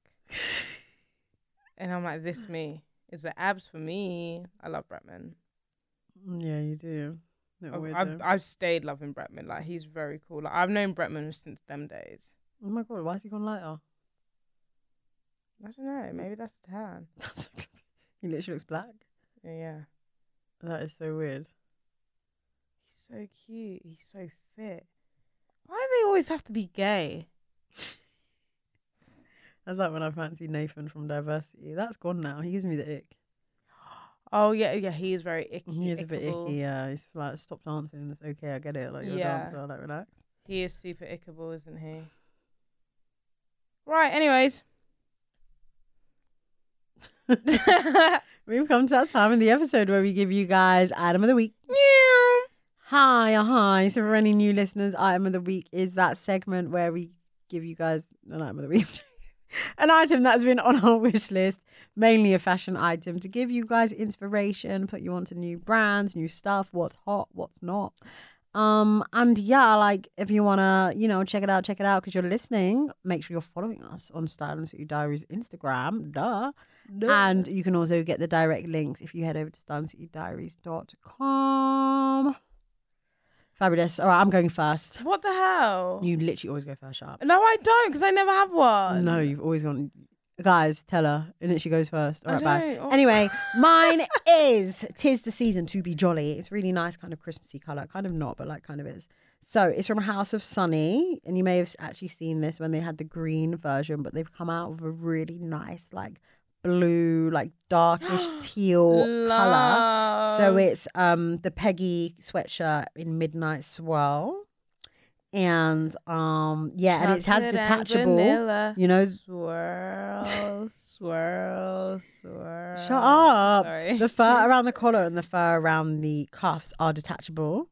S1: and I'm like, this me. Is the abs for me? I love Bretman.
S2: Mm, Yeah, you do. Little
S1: I've,
S2: weirdo.
S1: Oh, I've, I've stayed loving Bretman. Like he's very cool. Like I've known Bretman since them days.
S2: oh my god, why has he gone lighter?
S1: I don't know. Maybe that's the tan.
S2: That's so good. he literally looks black.
S1: Yeah, yeah.
S2: That is so weird.
S1: He's so cute. He's so fit. Why do they always have to be gay?
S2: That's like when I fancied Nathan from Diversity. That's gone now. He gives me the ick.
S1: Oh yeah, yeah. He is very icky.
S2: He is a bit
S1: ickable.
S2: icky. Yeah, he's like, stop dancing. It's okay. I get it. Like you're
S1: Yeah.
S2: a dancer. Like relax.
S1: He is super ickable, isn't he? Right,
S2: [LAUGHS]
S1: anyways. [LAUGHS]
S2: We've come to that time in the episode where we give you guys item of the week. Hi, uh, hi. So for any new listeners, item of the week is that segment where we give you guys an item of the week. [LAUGHS] An item that's been on our wish list, mainly a fashion item, to give you guys inspiration, put you onto new brands, new stuff, what's hot, what's not. Um, and yeah, like if you wanna, you know, check it out, check it out because you're listening. Make sure you're following us on Style and City Diaries Instagram, duh. And you can also get the direct links if you head over to styleandcitydiaries.com. Fabulous. All right, I'm going first.
S1: What the hell?
S2: You literally always go first, Sharp.
S1: No, I don't, because I never have one.
S2: No, you've always gone. Guys, tell her, and then she goes first. All
S1: I
S2: right, bye.
S1: don't. Oh. [LAUGHS]
S2: Anyway, mine is "Tis the Season to Be Jolly." It's really nice, kind of Christmassy color, kind of not, but like kind of is. So it's from House of Sunny, and you may have actually seen this when they had the green version, but they've come out with a really nice, like blue, like
S1: [GASPS]
S2: darkish teal color. So
S1: Love.
S2: it's um the Peggy sweatshirt in midnight swirl, and um yeah, and it has
S1: Chocolate and
S2: detachable.
S1: vanilla.
S2: you know-
S1: swirl, swirl, swirl.
S2: Shut up.
S1: Sorry. [LAUGHS]
S2: The fur around the collar and the fur around the cuffs are detachable,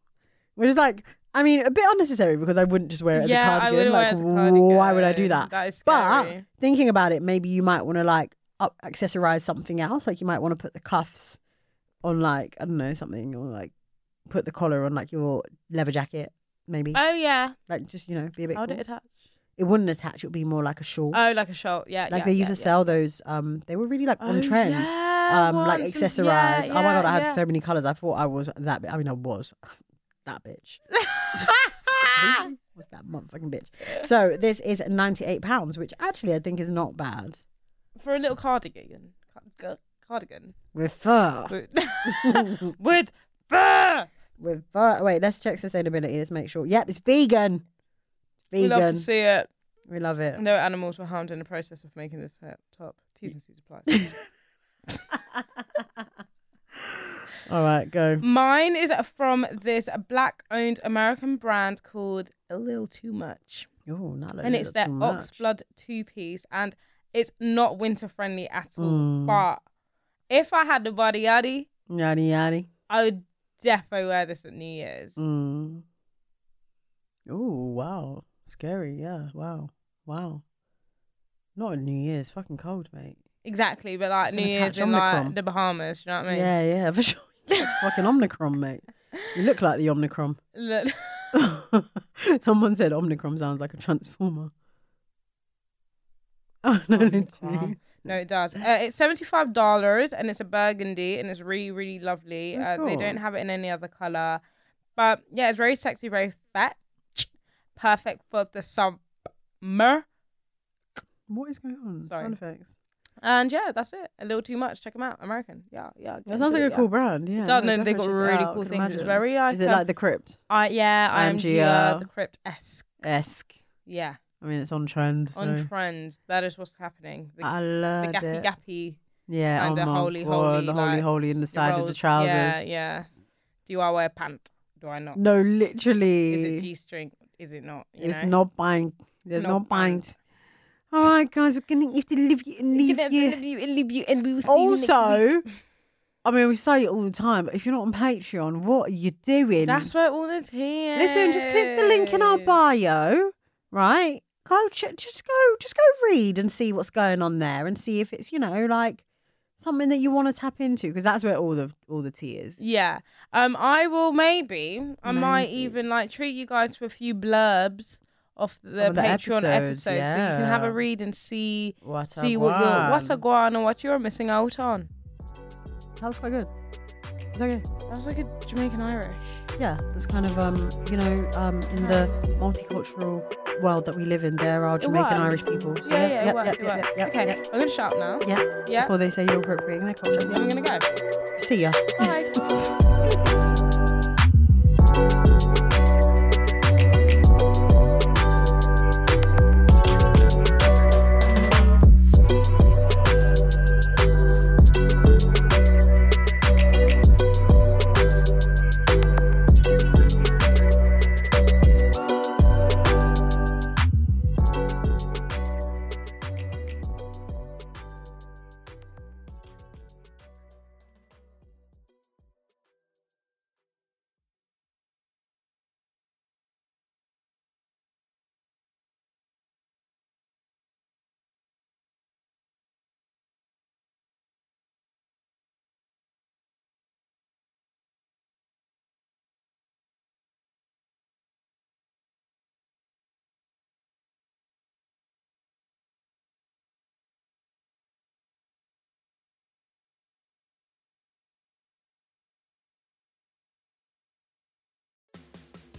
S2: which is like, I mean, a bit unnecessary because I wouldn't just wear it as
S1: yeah, I
S2: a cardigan.
S1: wouldn't
S2: like,
S1: wear it as a cardigan.
S2: why would I do that?
S1: That is
S2: But
S1: scary.
S2: thinking about it, maybe you might want to like up accessorize something else. Like you might want to put the cuffs on, like I don't know, something, or like put the collar on, like your leather jacket, maybe.
S1: oh yeah,
S2: like just you know, be a bit.
S1: how did
S2: cool.
S1: it attach?
S2: it wouldn't attach. It would be more like a shawl.
S1: Oh, like a shawl. Yeah,
S2: like
S1: yeah,
S2: they used
S1: yeah,
S2: to
S1: yeah.
S2: sell those. Um, they were really like on
S1: Oh,
S2: trend
S1: yeah,
S2: um, like
S1: once,
S2: accessorized.
S1: yeah,
S2: oh my
S1: yeah,
S2: god, I had
S1: yeah.
S2: so many colors. I thought I was that. bi- I mean, I was [LAUGHS] that bitch. Crazy? was that motherfucking bitch? So this is ninety eight pounds, which actually I think is not bad
S1: [LAUGHS] for a little cardigan. Card- Cardigan
S2: with fur.
S1: with [LAUGHS] with fur.
S2: With fur. Wait, let's check sustainability. Let's make sure. Yep, it's vegan.
S1: We
S2: Vegan.
S1: love to see it.
S2: We love it.
S1: No animals were harmed in the process of making this uh, top. T's and C's apply.
S2: [LAUGHS] All right, go.
S1: Mine is from this black-owned American brand called A Little Too Much,
S2: Oh, not
S1: and it's their ox blood two-piece, and it's not winter-friendly at all.
S2: Mm.
S1: But if I had the body yaddy,
S2: Yanni yanni.
S1: I would definitely wear this at New Year's.
S2: Mm. Oh wow, scary. Yeah, wow, wow. Not in New Year's, fucking cold, mate.
S1: Exactly, but like New
S2: Gonna
S1: Year's
S2: catch
S1: in
S2: Omicron.
S1: like the Bahamas. You know what I mean?
S2: Yeah, yeah,
S1: [LAUGHS]
S2: for sure. fucking Omnicron, mate. You look like the Omnicron. [LAUGHS]
S1: Look,
S2: Someone [LAUGHS] said Omnicron sounds like a transformer. Oh no,
S1: Omicron.
S2: literally.
S1: [LAUGHS] No, it does. Uh, it's seventy five dollars, and it's a burgundy, and it's really, really lovely. Uh,
S2: That's
S1: They
S2: cool.
S1: don't have it in any other color, but yeah, it's very sexy, very fetch, perfect for the summer.
S2: What is going on?
S1: Sorry.
S2: Sound effects.
S1: And yeah, that's it. A little too much. Check them out. American. Yeah, yeah.
S2: That sounds like a
S1: yeah.
S2: cool brand. Yeah.
S1: It does. No,
S2: definitely
S1: they got
S2: check it
S1: really
S2: out,
S1: cool
S2: can
S1: things. It's
S2: imagine.
S1: very like.
S2: Is it like the crypt
S1: I yeah, IMGR,
S2: IMGR?
S1: the crypt esque.
S2: esque?
S1: Yeah,
S2: I mean, it's on trend.
S1: on
S2: so.
S1: trend. That is what's happening. The,
S2: I
S1: the
S2: love
S1: gappy
S2: it.
S1: gappy
S2: Yeah.
S1: and
S2: oh
S1: the
S2: my
S1: holy,
S2: God,
S1: holy,
S2: The holy
S1: like,
S2: holy in the side of the
S1: rolls.
S2: trousers.
S1: Yeah, yeah. Do I wear pant? Do I not?
S2: No, literally.
S1: Is it G string? Is it not? You
S2: It's
S1: know?
S2: not bind. There's no
S1: Not bind.
S2: bind. All right, guys, we're gonna have to leave you and leave you. Also, I mean, we say it all the time, but if you're not on Patreon, what are you doing?
S1: That's where all the tea.
S2: Listen, just click the link in our
S1: is.
S2: bio, right? Go check, just go, just go read and see what's going on there, and see if it's you know like something that you want to tap into, because that's where all the all the tea is.
S1: Yeah. Um, I will maybe. I might
S2: Maybe.
S1: even like treat you guys to a few blurbs of the
S2: of the
S1: Patreon episodes,
S2: episodes,
S1: so you can have
S2: yeah.
S1: a read and see
S2: What
S1: see what you're what a guan and what you're missing out on.
S2: that was quite good. It's okay.
S1: That was like a Jamaican Irish.
S2: yeah, it's kind of um, you know, um, in the multicultural world that we live in, there are Jamaican Irish
S1: worked.
S2: people. So
S1: yeah, yeah, it works, it
S2: yeah,
S1: works.
S2: yeah,
S1: okay, I'm gonna shout now.
S2: yeah, yeah,
S1: Yeah. Mm-hmm.
S2: Before they say you're appropriating their culture.
S1: I'm
S2: Yeah.
S1: gonna go.
S2: See ya.
S1: Bye.